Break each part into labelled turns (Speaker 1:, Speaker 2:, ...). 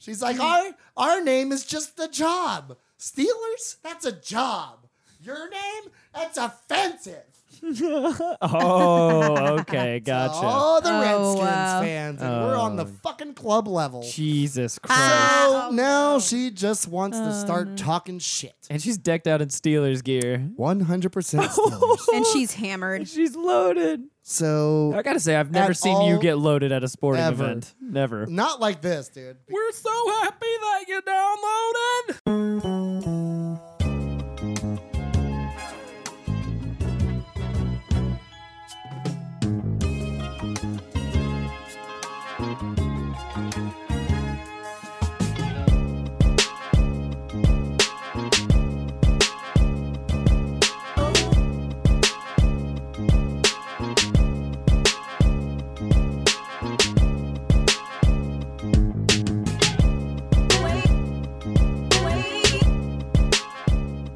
Speaker 1: She's like, our our name is just the job. Steelers, that's a job. Your name, that's offensive.
Speaker 2: Oh, okay,
Speaker 1: to
Speaker 2: gotcha.
Speaker 1: All the
Speaker 3: Oh,
Speaker 1: Redskins
Speaker 3: wow.
Speaker 1: fans, and we're on the
Speaker 2: Oh.
Speaker 1: fucking club level. Ah.
Speaker 2: Jesus Christ.
Speaker 1: so
Speaker 3: Oh,
Speaker 1: now
Speaker 3: no. Um.
Speaker 1: she just wants to start talking shit.
Speaker 2: and she's decked out in Steelers gear.
Speaker 1: One hundred percent Steelers.
Speaker 3: and she's hammered.
Speaker 2: She's loaded.
Speaker 1: So
Speaker 2: I gotta say, I've never
Speaker 1: At
Speaker 2: seen you
Speaker 1: all-
Speaker 2: get loaded at a sporting
Speaker 1: Ever. Mm.
Speaker 2: event. Never.
Speaker 1: not like this, dude.
Speaker 2: We're so happy that you downloaded.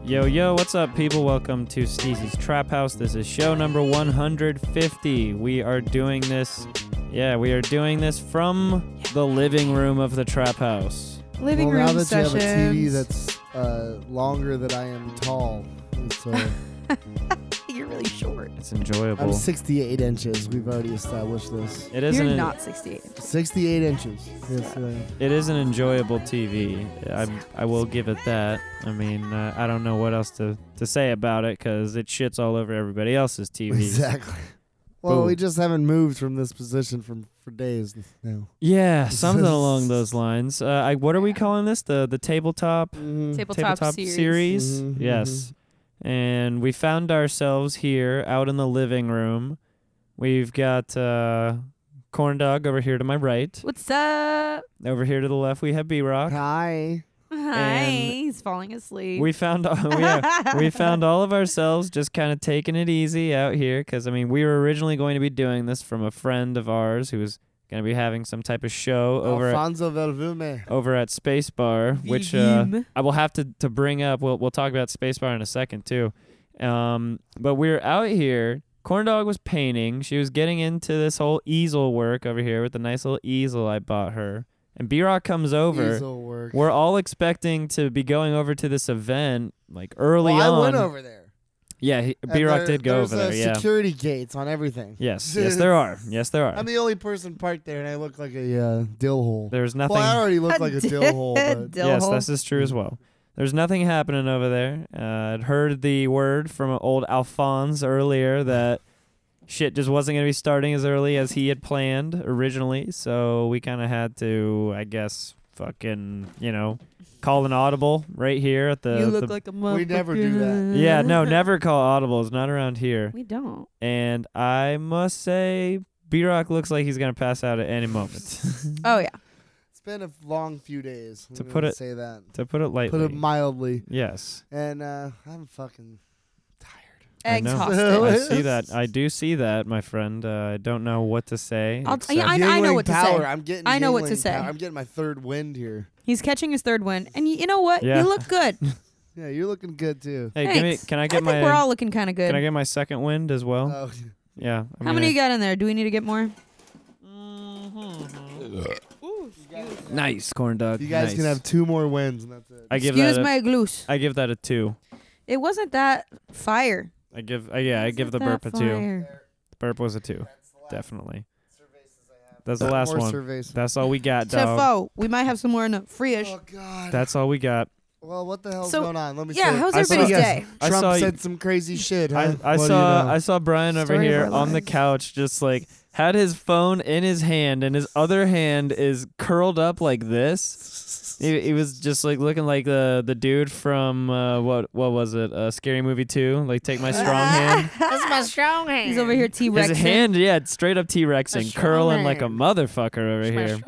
Speaker 2: Yo, yo, what's up, people? Welcome to Steezy's Trap House. This is show number 150. We are doing this, yeah, we are doing this from the living room of the Trap House.
Speaker 3: Living
Speaker 1: well, now
Speaker 3: room
Speaker 1: that
Speaker 3: sessions.
Speaker 1: you have a TV that's uh, longer than I am tall, it's, uh,
Speaker 3: You're really short.
Speaker 2: It's
Speaker 1: I'm
Speaker 2: enjoyable.
Speaker 1: 68 inches. We've already established this.
Speaker 2: It is
Speaker 3: You're
Speaker 2: an,
Speaker 3: not 68.
Speaker 1: 68 inches. Yes, uh,
Speaker 2: it is an enjoyable TV. I, I will give it that. I mean, uh, I don't know what else to, to say about it because it shits all over everybody else's TV.
Speaker 1: exactly. Well, we
Speaker 2: Boom.
Speaker 1: just haven't moved from this position from for days now.
Speaker 2: Yeah, something along those lines. Uh, I, what are we calling this? The the tabletop
Speaker 1: Mm-hmm.
Speaker 3: Tabletop, series.
Speaker 1: Mhm,
Speaker 2: Yes. And we found ourselves here out in the living room. We've got uh, corn dog over here to my right.
Speaker 3: What's up?
Speaker 2: Over here to the left, we have B Rock.
Speaker 1: Hi.
Speaker 3: Hi.
Speaker 2: And
Speaker 3: He's falling asleep.
Speaker 2: We found all, yeah, we found all of ourselves just kind of taking it easy out here because I mean we were originally going to be doing this from a friend of ours who was going to be having some type of show
Speaker 1: Oh,
Speaker 2: over at
Speaker 1: Alfonso Velvume.
Speaker 2: over at Spacebar, which uh,
Speaker 3: Vim.
Speaker 2: I will have to, to bring up. We'll, we'll talk about Spacebar in a second, too. Um, but we were out here. Corndog was painting. She was getting into this whole easel work over here with the nice little easel I bought her. And B Rock comes over.
Speaker 1: Easel work.
Speaker 2: We're all expecting to be going over to this event like early
Speaker 1: Well, I
Speaker 2: on.
Speaker 1: went over there.
Speaker 2: Yeah, he-
Speaker 1: And
Speaker 2: B Rock
Speaker 1: there-
Speaker 2: did go
Speaker 1: there's,
Speaker 2: over
Speaker 1: uh,
Speaker 2: there. Yeah.
Speaker 1: Security gates on everything.
Speaker 2: Yes, yes, there are. Yes, there are.
Speaker 1: I'm the only person parked there, and I look like a uh, dill hole.
Speaker 2: There's nothing.
Speaker 1: well, I already look like a dill hole, but
Speaker 3: Dill
Speaker 2: yes,
Speaker 3: hole.
Speaker 2: this is true as well. There's nothing happening over there. Uh, I'd heard the word from old Alphonse earlier that shit just wasn't going to be starting as early as he had planned originally. So we kind of had to, I guess, fucking, you know, call an audible right here at the.
Speaker 3: you look
Speaker 2: the-
Speaker 3: like a motherfucker.
Speaker 1: We never do that.
Speaker 2: yeah, no, never call audibles, not around here.
Speaker 3: We
Speaker 1: Oh,
Speaker 3: don't.
Speaker 2: And I must say, B Rock looks like he's going to pass out at any moment.
Speaker 3: Oh yeah.
Speaker 1: it's been a long few days. I'm
Speaker 2: To
Speaker 1: gonna
Speaker 2: put it-
Speaker 1: say that.
Speaker 2: to put it lightly.
Speaker 1: Put it mildly,
Speaker 2: yes.
Speaker 1: and uh, I'm fucking tired.
Speaker 2: I know. I
Speaker 1: Oh,
Speaker 3: Exhausted.
Speaker 2: see that. I do see that, my friend. Uh, I don't know what to say.
Speaker 3: I'll-
Speaker 2: except-
Speaker 3: yeah, I- know what to
Speaker 1: power.
Speaker 3: say.
Speaker 1: I'm getting.
Speaker 3: I know what to
Speaker 1: Yingling
Speaker 3: say.
Speaker 1: power. I'm getting my third wind here.
Speaker 3: He's catching his third one, and y- you know what?
Speaker 2: Yeah.
Speaker 3: You look good.
Speaker 1: Yeah, you're looking good too.
Speaker 2: hey, give me,
Speaker 3: Thanks.
Speaker 2: can I
Speaker 3: I
Speaker 2: get
Speaker 3: think
Speaker 2: my
Speaker 3: we're all looking kind of good.
Speaker 2: can I get my second wind as well?
Speaker 1: Oh,
Speaker 2: yeah. I'm
Speaker 3: How many you got in there? Do we need to get more?
Speaker 2: Nice corn dog.
Speaker 1: you guys can have two more wins, and that's it.
Speaker 2: I give
Speaker 3: Excuse
Speaker 2: that. A,
Speaker 3: my glutes.
Speaker 2: I give that a two.
Speaker 3: It wasn't that fire.
Speaker 2: I give. Uh, yeah, I give the
Speaker 3: Wasn't
Speaker 2: burp a
Speaker 3: that
Speaker 2: two.
Speaker 3: fire.
Speaker 2: Burp was a two, definitely. That's
Speaker 1: Got
Speaker 2: the last
Speaker 1: more
Speaker 2: one.
Speaker 1: Cerveza.
Speaker 2: That's all we got, dog.
Speaker 3: Tifo, we might have some more in the free-ish.
Speaker 1: Oh God.
Speaker 2: That's all we got.
Speaker 1: well, what the hell's
Speaker 3: So-
Speaker 1: going on? Let me.
Speaker 3: yeah,
Speaker 1: see.
Speaker 3: how's
Speaker 2: I saw-
Speaker 3: everybody's
Speaker 2: Yes.
Speaker 3: day?
Speaker 2: I
Speaker 1: Trump
Speaker 2: saw you-
Speaker 1: said some crazy shit.
Speaker 2: I,
Speaker 1: Huh?
Speaker 2: I
Speaker 1: What do you
Speaker 2: saw
Speaker 1: know?
Speaker 2: I saw Brian over
Speaker 3: Story of
Speaker 2: here
Speaker 3: our
Speaker 2: on the
Speaker 3: lives.
Speaker 2: couch, just like had his phone in his hand, and his other hand is curled up like this. He, he was just like looking like the the dude from uh, what what was it? Uh, Scary Movie Two, like take my strong
Speaker 3: Ah,
Speaker 2: hand.
Speaker 3: That's my strong hand. He's over here T-Rex.
Speaker 2: His hand, yeah, it's straight up T Rexing, curling like a motherfucker over here.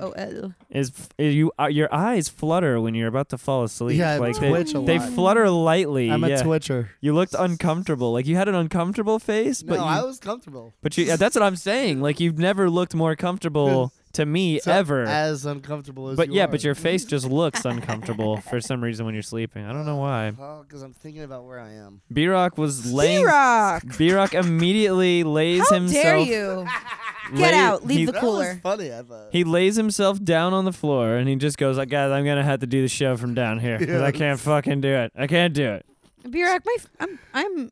Speaker 3: Oh, oh.
Speaker 2: Is f- you uh, your eyes flutter when you're about to fall asleep?
Speaker 1: Yeah, I
Speaker 2: like
Speaker 1: twitch
Speaker 2: they,
Speaker 1: a
Speaker 2: they
Speaker 1: lot.
Speaker 2: flutter lightly.
Speaker 1: I'm
Speaker 2: yeah.
Speaker 1: a twitcher.
Speaker 2: You looked uncomfortable, like you had an uncomfortable face,
Speaker 1: No,
Speaker 2: but you
Speaker 1: I was comfortable.
Speaker 2: But you, yeah, that's what I'm saying. Like you've never looked more comfortable to me
Speaker 1: So,
Speaker 2: ever.
Speaker 1: As uncomfortable as.
Speaker 2: but
Speaker 1: you
Speaker 2: yeah,
Speaker 1: are.
Speaker 2: but your face just looks uncomfortable for some reason when you're sleeping. I don't know why.
Speaker 1: Oh, because I'm thinking about where I am.
Speaker 2: B Rock was laying.
Speaker 3: T-Rock.
Speaker 2: B Rock immediately lays
Speaker 3: How
Speaker 2: himself.
Speaker 3: dare you? Get out. Leave
Speaker 2: he-
Speaker 3: the cooler.
Speaker 1: funny, I thought.
Speaker 2: He lays himself down on the floor and he just goes, like, guys, I'm gonna have to do the show from down here 'cause I can't fucking do it. I can't do it.
Speaker 3: Burak, my f- I'm I'm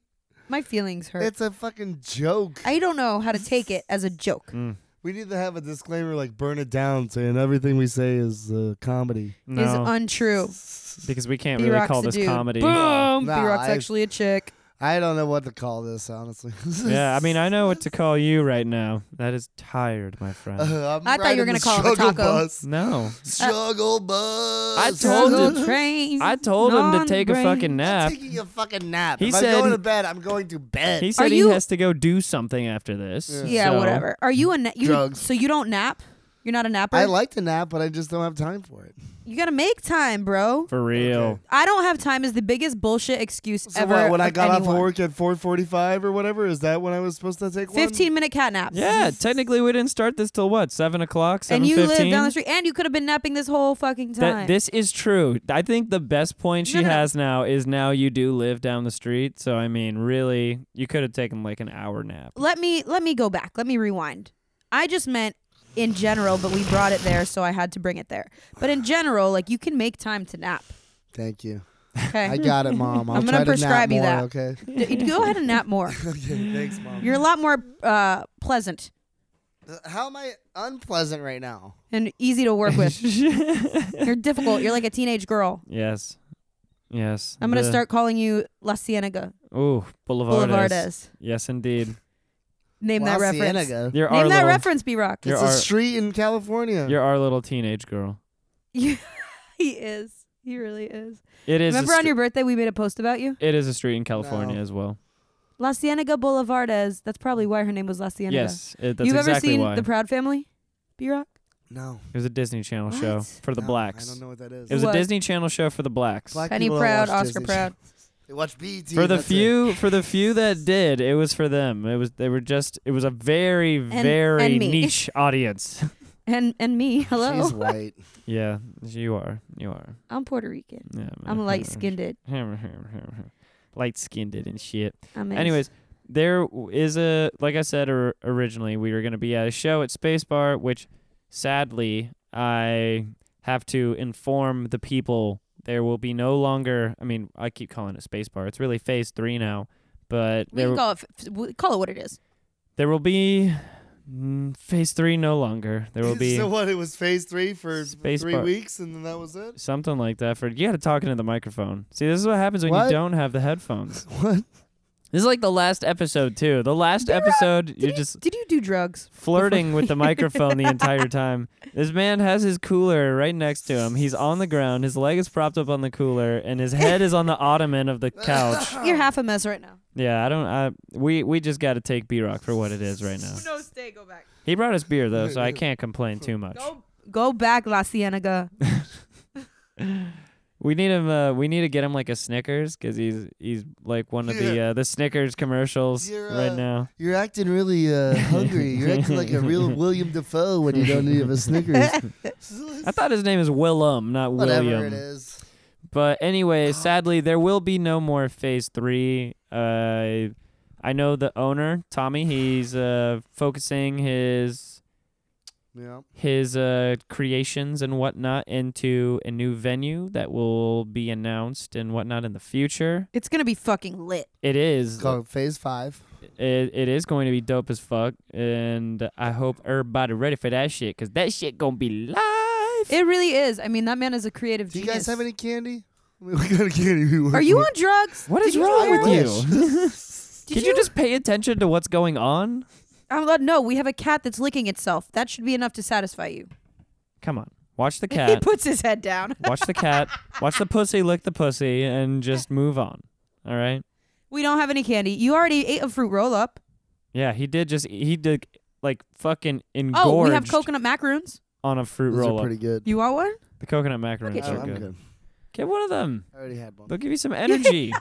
Speaker 3: my feelings hurt.
Speaker 1: It's a fucking joke.
Speaker 3: I don't know how to take it as a joke.
Speaker 1: We need to have a disclaimer like burn it down saying everything we say is uh, comedy.
Speaker 2: No,
Speaker 3: Is untrue.
Speaker 2: because we can't
Speaker 3: B-Rock's
Speaker 2: really call
Speaker 3: a
Speaker 2: this
Speaker 3: dude.
Speaker 2: comedy.
Speaker 3: Boom.
Speaker 1: Nah,
Speaker 3: B-Rock's
Speaker 1: I-
Speaker 3: actually a chick.
Speaker 1: I don't know what to call this, honestly.
Speaker 2: Yeah, I mean, I know what to call you right now. That is tired,
Speaker 3: Uh,
Speaker 2: my friend.
Speaker 1: I'm
Speaker 3: I thought you were
Speaker 1: riding
Speaker 3: gonna
Speaker 1: the
Speaker 3: call it a
Speaker 1: struggle
Speaker 3: taco. Uh,
Speaker 1: Bus.
Speaker 2: No,
Speaker 1: Struggle bus.
Speaker 2: I told
Speaker 3: Jungle
Speaker 2: him-
Speaker 3: Train.
Speaker 2: I told him to
Speaker 3: on
Speaker 2: take a
Speaker 3: brain.
Speaker 2: fucking
Speaker 1: I'm
Speaker 2: nap.
Speaker 1: taking a fucking nap.
Speaker 2: He
Speaker 1: if
Speaker 2: said-
Speaker 1: I'm going to bed, I'm going to bed.
Speaker 2: He said he
Speaker 3: you-
Speaker 2: has to go do something after this.
Speaker 3: Yeah,
Speaker 2: so-
Speaker 3: whatever. Are you a na- you
Speaker 1: Drugs.
Speaker 3: so you don't nap? You're not a napper.
Speaker 1: I like to nap, but I just don't have time for it.
Speaker 3: you gotta make time, bro.
Speaker 2: For real.
Speaker 1: Okay.
Speaker 3: I don't have time is the biggest bullshit excuse
Speaker 1: So
Speaker 3: ever.
Speaker 1: what, when I
Speaker 3: of
Speaker 1: got off
Speaker 3: anyone.
Speaker 1: of work at 4:45 or whatever, is that when I was supposed to take one?
Speaker 3: fifteen minute cat naps.
Speaker 2: Yeah, technically we didn't start this till what seven o'clock,
Speaker 3: and
Speaker 2: seven
Speaker 3: you live
Speaker 2: fifteen.
Speaker 3: down the street, and you could have been napping this whole fucking time.
Speaker 2: That this is true. I think the best point she
Speaker 3: No, no, no.
Speaker 2: has now is now you do live down the street. So I mean, really, you could have taken like an hour nap.
Speaker 3: let me let me go back. Let me rewind. I just meant in general, but we brought it there, so I had to bring it there. But in general, like you can make time to nap.
Speaker 1: Thank you. I
Speaker 3: Okay,
Speaker 1: got it, mom. I'll
Speaker 3: I'm gonna
Speaker 1: try to
Speaker 3: prescribe
Speaker 1: nap
Speaker 3: you
Speaker 1: more,
Speaker 3: that.
Speaker 1: Okay.
Speaker 3: D- go ahead and nap more.
Speaker 1: okay. Thanks, mom.
Speaker 3: You're a lot more uh, pleasant
Speaker 1: How am I unpleasant right now?
Speaker 3: and easy to work with. You're difficult. You're like a teenage girl.
Speaker 2: yes, yes.
Speaker 3: I'm gonna
Speaker 2: the-
Speaker 3: start calling you La Cienega
Speaker 2: Ooh, Boulevardes.
Speaker 3: Boulevardes.
Speaker 2: Yes, indeed.
Speaker 3: Name that
Speaker 1: La
Speaker 3: reference.
Speaker 1: Cienega.
Speaker 2: You're our
Speaker 3: Name that
Speaker 2: little.
Speaker 3: reference, B Rock.
Speaker 2: You're
Speaker 1: It's
Speaker 2: our-
Speaker 1: a street in California.
Speaker 2: You're our little teenage girl.
Speaker 3: he is. He really is.
Speaker 2: It is.
Speaker 3: Remember
Speaker 2: a
Speaker 3: on
Speaker 2: str-
Speaker 3: your birthday we made a post about you?
Speaker 2: It is a street in California
Speaker 1: No.
Speaker 2: as well.
Speaker 3: La Cienega Boulevardes. That's probably why her name was La Cienega.
Speaker 2: Yes, it, that's
Speaker 3: You've
Speaker 2: exactly
Speaker 3: ever seen
Speaker 2: why.
Speaker 3: The Proud Family? B Rock?
Speaker 1: no.
Speaker 2: it was a Disney Channel show
Speaker 3: What?
Speaker 2: for the
Speaker 1: no,
Speaker 2: blacks.
Speaker 1: I don't know what that is.
Speaker 2: It was
Speaker 3: What?
Speaker 2: a Disney Channel show for the blacks.
Speaker 1: Black
Speaker 3: Penny
Speaker 1: people don't
Speaker 3: Proud,
Speaker 1: watch
Speaker 3: Oscar
Speaker 1: Disney
Speaker 3: Proud.
Speaker 1: channels. They watch E BT.
Speaker 2: for the few for the few that did it was for them it was they were just it was a very very
Speaker 3: and me.
Speaker 2: niche audience
Speaker 3: And and me. Hello.
Speaker 1: She's white.
Speaker 2: yeah you are you are
Speaker 3: I'm Puerto Rican.
Speaker 2: yeah,
Speaker 3: I'm light skinned.
Speaker 2: light skinned and shit
Speaker 3: I'm
Speaker 2: anyways there w- is a like i said or, originally we were going to be at a show at spacebar which sadly i have to inform the people there will be no longer i mean i keep calling it spacebar it's really phase three now but
Speaker 3: we
Speaker 2: there w-
Speaker 3: can call it, f- f- we- call it what it is.
Speaker 2: There will be mm, phase three no longer. There will be
Speaker 1: so what? It was phase three for
Speaker 2: Space
Speaker 1: three
Speaker 2: bar.
Speaker 1: weeks, and then that was it.
Speaker 2: something like that. For you got to talk into the microphone. See, this is what happens when
Speaker 1: What?
Speaker 2: you don't have the headphones.
Speaker 1: What?
Speaker 2: This is like the last episode too. The last episode, you're
Speaker 3: you-
Speaker 2: just
Speaker 3: Did you do drugs?
Speaker 2: flirting with the microphone the entire time. This man has his cooler right next to him. He's on the ground. His leg is propped up on the cooler, and his head is on the ottoman of the couch.
Speaker 3: You're half a mess right now.
Speaker 2: Yeah, I don't. I we we just got to take B Rock for what it is right now.
Speaker 3: No, stay. Go back.
Speaker 2: He brought us beer though, so I can't complain too much.
Speaker 3: Go back, La Cienega.
Speaker 2: We need him. Uh, we need to get him like a Snickers because he's he's like one of the
Speaker 1: Yeah.
Speaker 2: uh, the Snickers commercials
Speaker 1: You're,
Speaker 2: right
Speaker 1: uh,
Speaker 2: now.
Speaker 1: You're acting really uh, hungry. You're acting like a real William Defoe when you don't need a Snickers.
Speaker 2: I thought his name is Willem, not
Speaker 1: Whatever
Speaker 2: William.
Speaker 1: it is.
Speaker 2: But anyway, sadly, there will be no more Phase Three. Uh, I know the owner, Tommy. He's uh, focusing his
Speaker 1: Yeah.
Speaker 2: his uh, creations and whatnot into a new venue that will be announced and whatnot in the future.
Speaker 3: It's gonna be fucking lit.
Speaker 2: It is
Speaker 1: It's called phase five.
Speaker 2: it, it is going to be dope as fuck, and I hope everybody ready for that shit, cause that shit gonna be live.
Speaker 3: It really is. I mean, that man is a creative
Speaker 1: Do you guys
Speaker 3: genius.
Speaker 1: have any candy? We got a candy. we work
Speaker 3: Are you
Speaker 1: with.
Speaker 3: on drugs?
Speaker 2: what
Speaker 3: Did
Speaker 2: is
Speaker 3: you
Speaker 2: wrong
Speaker 3: do
Speaker 2: with
Speaker 3: drugs?
Speaker 2: you?
Speaker 3: Did
Speaker 2: Can you just pay attention to what's going on?
Speaker 3: I'm like, no, we have a cat that's licking itself. That should be enough to satisfy you.
Speaker 2: Come on, watch the
Speaker 3: He
Speaker 2: cat,
Speaker 3: puts his head down.
Speaker 2: watch the cat, watch the pussy lick the pussy, and just move on. All right?
Speaker 3: We don't have any candy. You already ate a fruit roll up.
Speaker 2: Yeah, he did just he did like fucking engorged
Speaker 3: Oh, we have coconut macaroons.
Speaker 2: on a fruit
Speaker 1: Those
Speaker 2: roll.
Speaker 1: are
Speaker 2: up.
Speaker 1: pretty good.
Speaker 3: You want one?
Speaker 2: The coconut macaroons
Speaker 3: at
Speaker 2: are
Speaker 3: you.
Speaker 1: I'm
Speaker 2: good.
Speaker 1: good.
Speaker 2: Get one of them.
Speaker 1: I already had one.
Speaker 2: They'll give you some energy.
Speaker 1: I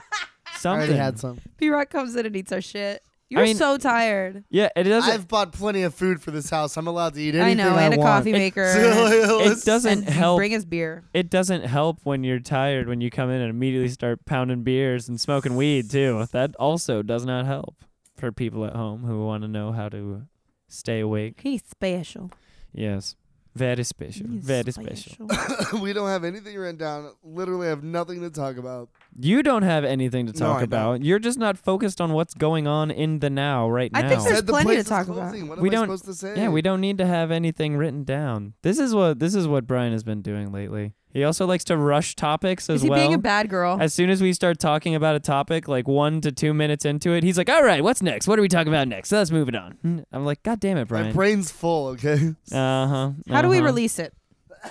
Speaker 2: Something.
Speaker 1: already had some.
Speaker 3: B Rock comes in and eats our shit. You're
Speaker 2: mean-
Speaker 3: so tired.
Speaker 2: Yeah, it doesn't.
Speaker 1: I've bought plenty of food for this house. I'm allowed to eat
Speaker 3: I
Speaker 1: anything
Speaker 3: know, and a
Speaker 1: want.
Speaker 3: coffee maker. and-
Speaker 2: it
Speaker 1: Let's-
Speaker 2: doesn't
Speaker 3: and
Speaker 2: help
Speaker 3: Bring his beer.
Speaker 2: it doesn't help when you're tired when you come in and immediately start pounding beers and smoking weed too. That also does not help for people at home who want to know how to Stay awake.
Speaker 3: He's special.
Speaker 2: Yes. Very special.
Speaker 3: He's
Speaker 2: Very special.
Speaker 1: we don't have anything written down. Literally, have nothing to talk about.
Speaker 2: You don't have anything to
Speaker 1: No,
Speaker 2: talk
Speaker 1: I don't.
Speaker 2: about. You're just not focused on what's going on in the now, right
Speaker 3: I
Speaker 2: now.
Speaker 3: think There's
Speaker 1: Said the
Speaker 3: plenty to
Speaker 1: place is
Speaker 3: talk about.
Speaker 1: closing. What
Speaker 2: We
Speaker 1: am
Speaker 2: don't-
Speaker 1: I supposed to say?
Speaker 2: yeah, we don't need to have anything written down. This is what this is what Brian has been doing lately. He also likes to rush topics as
Speaker 3: Is he
Speaker 2: well.
Speaker 3: being a bad girl?
Speaker 2: as soon as we start talking about a topic, like one to two minutes into it, he's like, "All right, what's next? What are we talking about next? Let's move it on." Hmm. I'm like, "God damn it,
Speaker 1: My
Speaker 2: Brian!" uh-huh.
Speaker 1: brain's full. Okay.
Speaker 2: uh huh.
Speaker 3: How do we release it?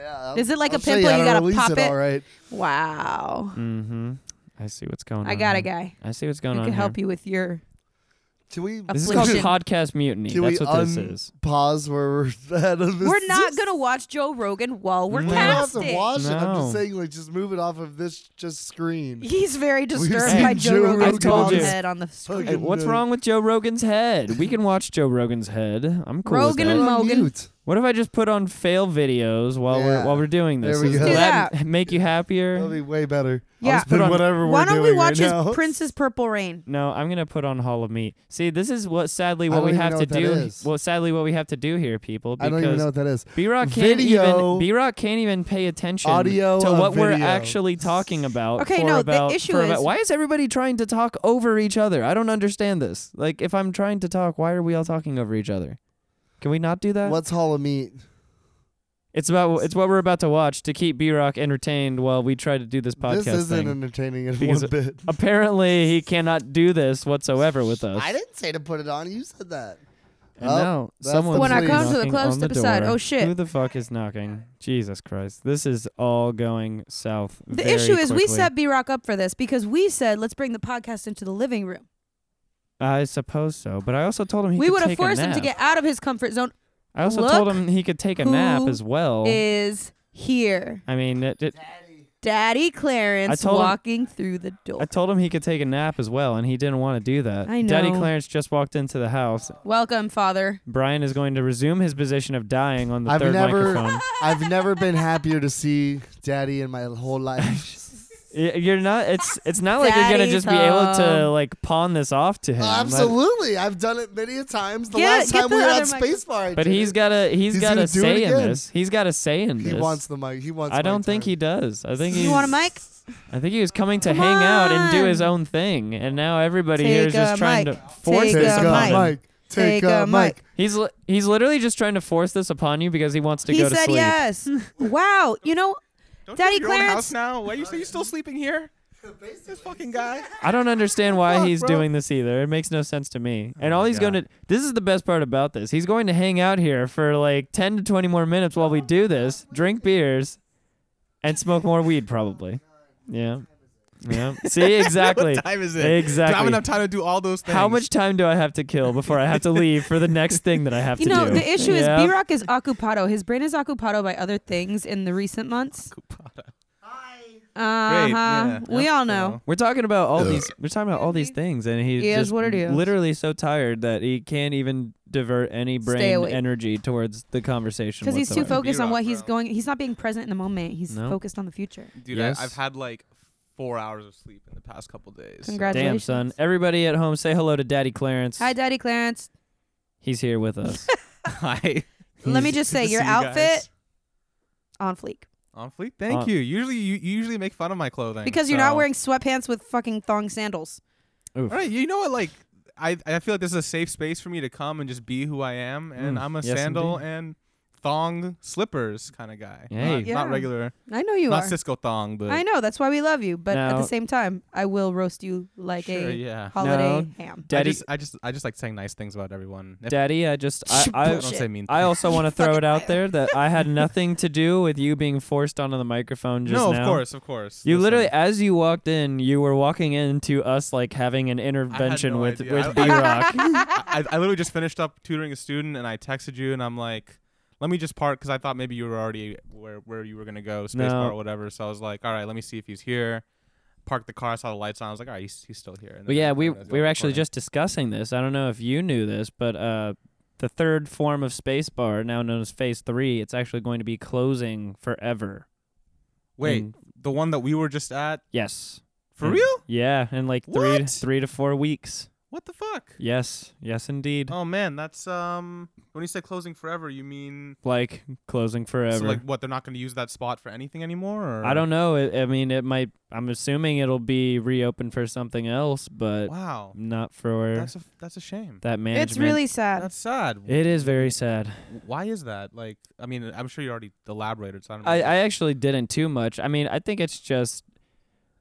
Speaker 1: yeah, I'll-
Speaker 3: Is it like a
Speaker 1: I'll show
Speaker 3: pimple?
Speaker 1: how
Speaker 3: You
Speaker 1: to
Speaker 3: gotta
Speaker 1: release
Speaker 3: pop
Speaker 1: it.
Speaker 3: it?
Speaker 1: All right.
Speaker 3: Wow.
Speaker 2: Mm-hmm. I see what's going on.
Speaker 3: I got a
Speaker 2: here.
Speaker 3: guy
Speaker 2: I see what's
Speaker 3: who
Speaker 2: going on.
Speaker 3: can help you with your.
Speaker 1: Can we?
Speaker 2: This is called
Speaker 3: Affliction.
Speaker 2: podcast mutiny.
Speaker 1: Can
Speaker 2: That's
Speaker 1: we
Speaker 2: what this
Speaker 1: un-
Speaker 2: is.
Speaker 1: Pause where we're at. on this-
Speaker 3: We're not gonna watch Joe Rogan while we're
Speaker 2: No.
Speaker 1: We
Speaker 2: We
Speaker 1: don't have to
Speaker 3: casting.
Speaker 1: watch it. I'm
Speaker 2: No.
Speaker 1: just saying, like, just move it off of this just screen.
Speaker 3: He's very disturbed
Speaker 2: seen
Speaker 3: by Joe,
Speaker 1: Joe
Speaker 3: Rogan's
Speaker 2: Rogan
Speaker 3: bald
Speaker 2: do-
Speaker 3: head on the screen.
Speaker 2: Hey, what's
Speaker 1: Fucking, uh,
Speaker 2: wrong with Joe Rogan's head? We can watch Joe Rogan's head. I'm cool. with
Speaker 3: Rogan
Speaker 2: that.
Speaker 3: and
Speaker 1: Put it on
Speaker 3: Mogan.
Speaker 1: mute.
Speaker 2: What if I just put on fail videos while we're
Speaker 1: Yeah.
Speaker 2: while we're doing this?
Speaker 1: There we
Speaker 2: Does
Speaker 1: go. Let's do
Speaker 2: that m- make you
Speaker 1: That'll
Speaker 2: happier?
Speaker 1: be way better.
Speaker 3: Yeah.
Speaker 2: put
Speaker 1: Than
Speaker 2: on-
Speaker 1: whatever
Speaker 3: Why
Speaker 1: we're
Speaker 3: don't we
Speaker 1: doing
Speaker 3: watch
Speaker 1: right
Speaker 3: his
Speaker 1: now.
Speaker 3: Prince's Purple Rain?
Speaker 2: No, I'm gonna put on Hall of Meat. See, this is what sadly
Speaker 1: I
Speaker 2: what
Speaker 1: don't
Speaker 2: we
Speaker 1: even
Speaker 2: have
Speaker 1: know
Speaker 2: to
Speaker 1: what that
Speaker 2: do.
Speaker 1: is.
Speaker 2: Well, sadly what we have to do here, people,
Speaker 1: I don't even know
Speaker 2: because
Speaker 1: what that is.
Speaker 2: B Rock can't
Speaker 1: Video-
Speaker 2: even B Rock can't even pay attention
Speaker 1: Audio
Speaker 2: to
Speaker 1: of
Speaker 2: what we're
Speaker 1: video.
Speaker 2: actually talking about.
Speaker 3: Okay,
Speaker 2: for
Speaker 3: no, the
Speaker 2: about,
Speaker 3: issue
Speaker 2: for about-
Speaker 3: is-
Speaker 2: why is everybody trying to talk over each other? I don't understand this. Like, if I'm trying to talk, why are we all talking over each other? Can we not do
Speaker 3: Uh,
Speaker 2: that?
Speaker 1: What's Hall of Meat?
Speaker 2: It's about it's what we're about to watch to keep B Rock entertained while we try to do this podcast
Speaker 1: This isn't
Speaker 2: thing.
Speaker 1: entertaining in
Speaker 2: Because
Speaker 1: one bit.
Speaker 2: Apparently, he cannot do this whatsoever with us.
Speaker 1: I didn't say to put it on. You said that.
Speaker 2: And
Speaker 1: Oh,
Speaker 2: now
Speaker 1: that's
Speaker 2: someone's
Speaker 1: the When I come
Speaker 3: to the
Speaker 2: knocking
Speaker 3: club,
Speaker 2: on
Speaker 3: step
Speaker 2: the
Speaker 3: aside.
Speaker 2: door.
Speaker 3: Oh, shit.
Speaker 2: Who the fuck is knocking? Jesus Christ! This is all going south.
Speaker 3: The
Speaker 2: very
Speaker 3: issue is we
Speaker 2: quickly.
Speaker 3: set B Rock up for this because we said let's bring the podcast into the living room.
Speaker 2: I suppose so, but I also told him he
Speaker 3: we
Speaker 2: could
Speaker 3: would have
Speaker 2: take a
Speaker 3: forced him to
Speaker 2: nap.
Speaker 3: get out of his comfort zone.
Speaker 2: I also told
Speaker 3: Look
Speaker 2: him he could take a nap
Speaker 3: who
Speaker 2: as well.
Speaker 3: Is here
Speaker 2: I mean, it, it,
Speaker 3: Daddy
Speaker 2: I
Speaker 3: Clarence
Speaker 2: told him-
Speaker 3: walking through the door?
Speaker 2: I told him he could take a nap as well, and he didn't want to do that.
Speaker 3: I
Speaker 2: Daddy
Speaker 3: know.
Speaker 2: Clarence just walked into the house,
Speaker 3: Welcome, Father.
Speaker 2: Brian is going to resume his position of dying on the
Speaker 1: I've
Speaker 2: third
Speaker 1: never-
Speaker 2: microphone.
Speaker 1: I've never been happier to see Daddy in my whole life.
Speaker 2: Y- You're not. It's it's not like you're gonna
Speaker 3: Daddy
Speaker 2: just be able to
Speaker 3: Tom.
Speaker 2: like pawn this off to him.
Speaker 1: Oh,
Speaker 2: Like-
Speaker 1: absolutely, I've done it many a times. The
Speaker 3: Get-
Speaker 1: last
Speaker 3: get
Speaker 1: time
Speaker 3: the
Speaker 1: we were
Speaker 3: other
Speaker 1: on Spacebar, I
Speaker 2: but
Speaker 1: did
Speaker 2: he's
Speaker 1: it.
Speaker 2: got a he's
Speaker 1: He's
Speaker 2: got a
Speaker 1: gonna do it
Speaker 2: say in
Speaker 1: again.
Speaker 2: this. He's got a say in
Speaker 1: He
Speaker 2: this.
Speaker 1: wants the mic. He wants.
Speaker 2: I
Speaker 1: my
Speaker 2: don't think
Speaker 1: time.
Speaker 2: he does. I think he's,
Speaker 3: You want a mic?
Speaker 2: I think he was coming to
Speaker 3: Come
Speaker 2: hang out and do
Speaker 3: on.
Speaker 2: his own thing, and now everybody
Speaker 3: Take
Speaker 2: here is just
Speaker 3: a
Speaker 2: trying
Speaker 3: mic.
Speaker 2: to force
Speaker 3: Take
Speaker 2: this
Speaker 3: a
Speaker 2: upon him.
Speaker 3: mic.
Speaker 1: Take, a mic.
Speaker 2: He's li- he's literally just trying to force this upon you because he wants to
Speaker 3: He
Speaker 2: go to
Speaker 3: said
Speaker 2: sleep.
Speaker 3: yes. wow. You know,
Speaker 4: Don't
Speaker 3: Daddy
Speaker 4: you have your own
Speaker 3: Clarence-
Speaker 4: house now? Why you say you still sleeping here? This fucking guy.
Speaker 2: I don't understand why
Speaker 4: Fuck,
Speaker 2: he's
Speaker 4: bro.
Speaker 2: doing this either. It makes no sense to me. and all
Speaker 4: my
Speaker 2: he's going to this is the best part about this. He's going to hang out here for like 10 to 20 more minutes while we do this, drink beers, and smoke more weed probably. Yeah. Yeah. See exactly.
Speaker 4: what time is it? Do I have
Speaker 2: Exactly.
Speaker 4: enough time to do all those things?
Speaker 2: How much time do I have to kill before I have to leave for the next thing that I have
Speaker 3: you
Speaker 2: to
Speaker 3: know,
Speaker 2: do?
Speaker 3: the issue
Speaker 2: Yeah.
Speaker 3: is B Rock is occupado. His brain is occupado by other things in the recent months. Uh huh.
Speaker 4: Great, yeah.
Speaker 3: We all know.
Speaker 2: We're talking about all these. We're talking about all these things, and he's
Speaker 3: He is
Speaker 2: just
Speaker 3: what it is.
Speaker 2: literally so tired that he can't even divert any brain
Speaker 3: awake.
Speaker 2: energy towards the conversation.
Speaker 3: Because he's too
Speaker 2: whatsoever.
Speaker 3: focused on
Speaker 4: B-Rock,
Speaker 3: what he's
Speaker 4: bro.
Speaker 3: going. He's not being present in the moment. He's
Speaker 2: No.
Speaker 3: focused on the future.
Speaker 4: Dude,
Speaker 2: Yes.
Speaker 4: I, have had like four hours of sleep in the past couple days. so-
Speaker 2: Damn,
Speaker 3: Congratulations.
Speaker 2: son. Everybody at home, say hello to Daddy Clarence.
Speaker 3: Hi, Daddy Clarence.
Speaker 2: He's here with us.
Speaker 4: Hi.
Speaker 3: Let me
Speaker 2: He's-
Speaker 3: just say,
Speaker 4: Good to
Speaker 3: your
Speaker 4: see you guys.
Speaker 3: outfit on fleek
Speaker 4: On fleek. Thank
Speaker 2: On-
Speaker 4: you. Usually, you, you usually make fun of my clothing
Speaker 3: because you're not
Speaker 4: so-
Speaker 3: wearing sweatpants with fucking thong sandals.
Speaker 2: Oof.
Speaker 4: All right, you know what? Like, I I feel like this is a safe space for me to come and just be who I am, and
Speaker 2: Mm,
Speaker 4: I'm a
Speaker 2: yes,
Speaker 4: sandal
Speaker 2: indeed.
Speaker 4: and thong slippers kind of guy.
Speaker 2: Hey.
Speaker 4: Not, not
Speaker 3: Yeah.
Speaker 4: regular,
Speaker 3: I know you
Speaker 4: not
Speaker 3: are.
Speaker 4: Cisco thong, but
Speaker 3: I know that's why we love you, but at
Speaker 2: Now-
Speaker 3: the same time, I will roast you like
Speaker 4: sure,
Speaker 3: a
Speaker 4: yeah.
Speaker 3: holiday
Speaker 2: No.
Speaker 3: ham.
Speaker 4: I
Speaker 2: Daddy,
Speaker 4: just, I just I just like saying nice things about everyone. If
Speaker 2: Daddy, I just, I, I,
Speaker 4: I don't say mean.
Speaker 2: I also want to throw
Speaker 3: Fucking
Speaker 2: it out
Speaker 3: liar.
Speaker 2: there that I had nothing to do with you being forced onto the microphone
Speaker 4: things.
Speaker 2: just
Speaker 4: no,
Speaker 2: now.
Speaker 4: of course, of course.
Speaker 2: You
Speaker 4: Listen,
Speaker 2: literally, as you walked in, you were walking into us like having an intervention
Speaker 4: no
Speaker 2: with
Speaker 4: idea. I-
Speaker 2: with B Rock.
Speaker 4: I, I literally just finished up tutoring a student, and I texted you, and I'm like, let me just part because I thought maybe you were already where where you were gonna go, space
Speaker 2: No.
Speaker 4: bar or whatever. So I was like, all right, let me see if he's here. Parked the car, saw the lights on. I was like, all right, he's, he's still here. And
Speaker 2: But
Speaker 4: then I
Speaker 2: yeah, we
Speaker 4: found out he was
Speaker 2: we were
Speaker 4: around the
Speaker 2: actually
Speaker 4: corner.
Speaker 2: just discussing this. I don't know if you knew this, but uh, the third form of spacebar, now known as Phase Three, it's actually going to be closing forever.
Speaker 4: wait
Speaker 2: in- Hmm.
Speaker 4: the one that we were just at
Speaker 2: yes.
Speaker 4: for
Speaker 2: in-
Speaker 4: real.
Speaker 2: Yeah, in like three
Speaker 4: What?
Speaker 2: three to four weeks.
Speaker 4: What the fuck?
Speaker 2: Yes, yes, indeed.
Speaker 4: Oh man, that's um. When you say closing forever, you mean
Speaker 2: Like closing forever.
Speaker 4: so like what? They're not going to use that spot for anything anymore? Or?
Speaker 2: I don't know. It, I mean, it might. I'm assuming it'll be reopened for something else, but
Speaker 4: Wow,
Speaker 2: not for
Speaker 4: that's a that's a shame.
Speaker 2: that management.
Speaker 3: It's really sad.
Speaker 4: That's sad.
Speaker 2: It is very sad.
Speaker 4: Why is that? Like, I mean, I'm sure you already elaborated. So I, don't
Speaker 2: I,
Speaker 4: know.
Speaker 2: I actually didn't too much. I mean, I think it's just,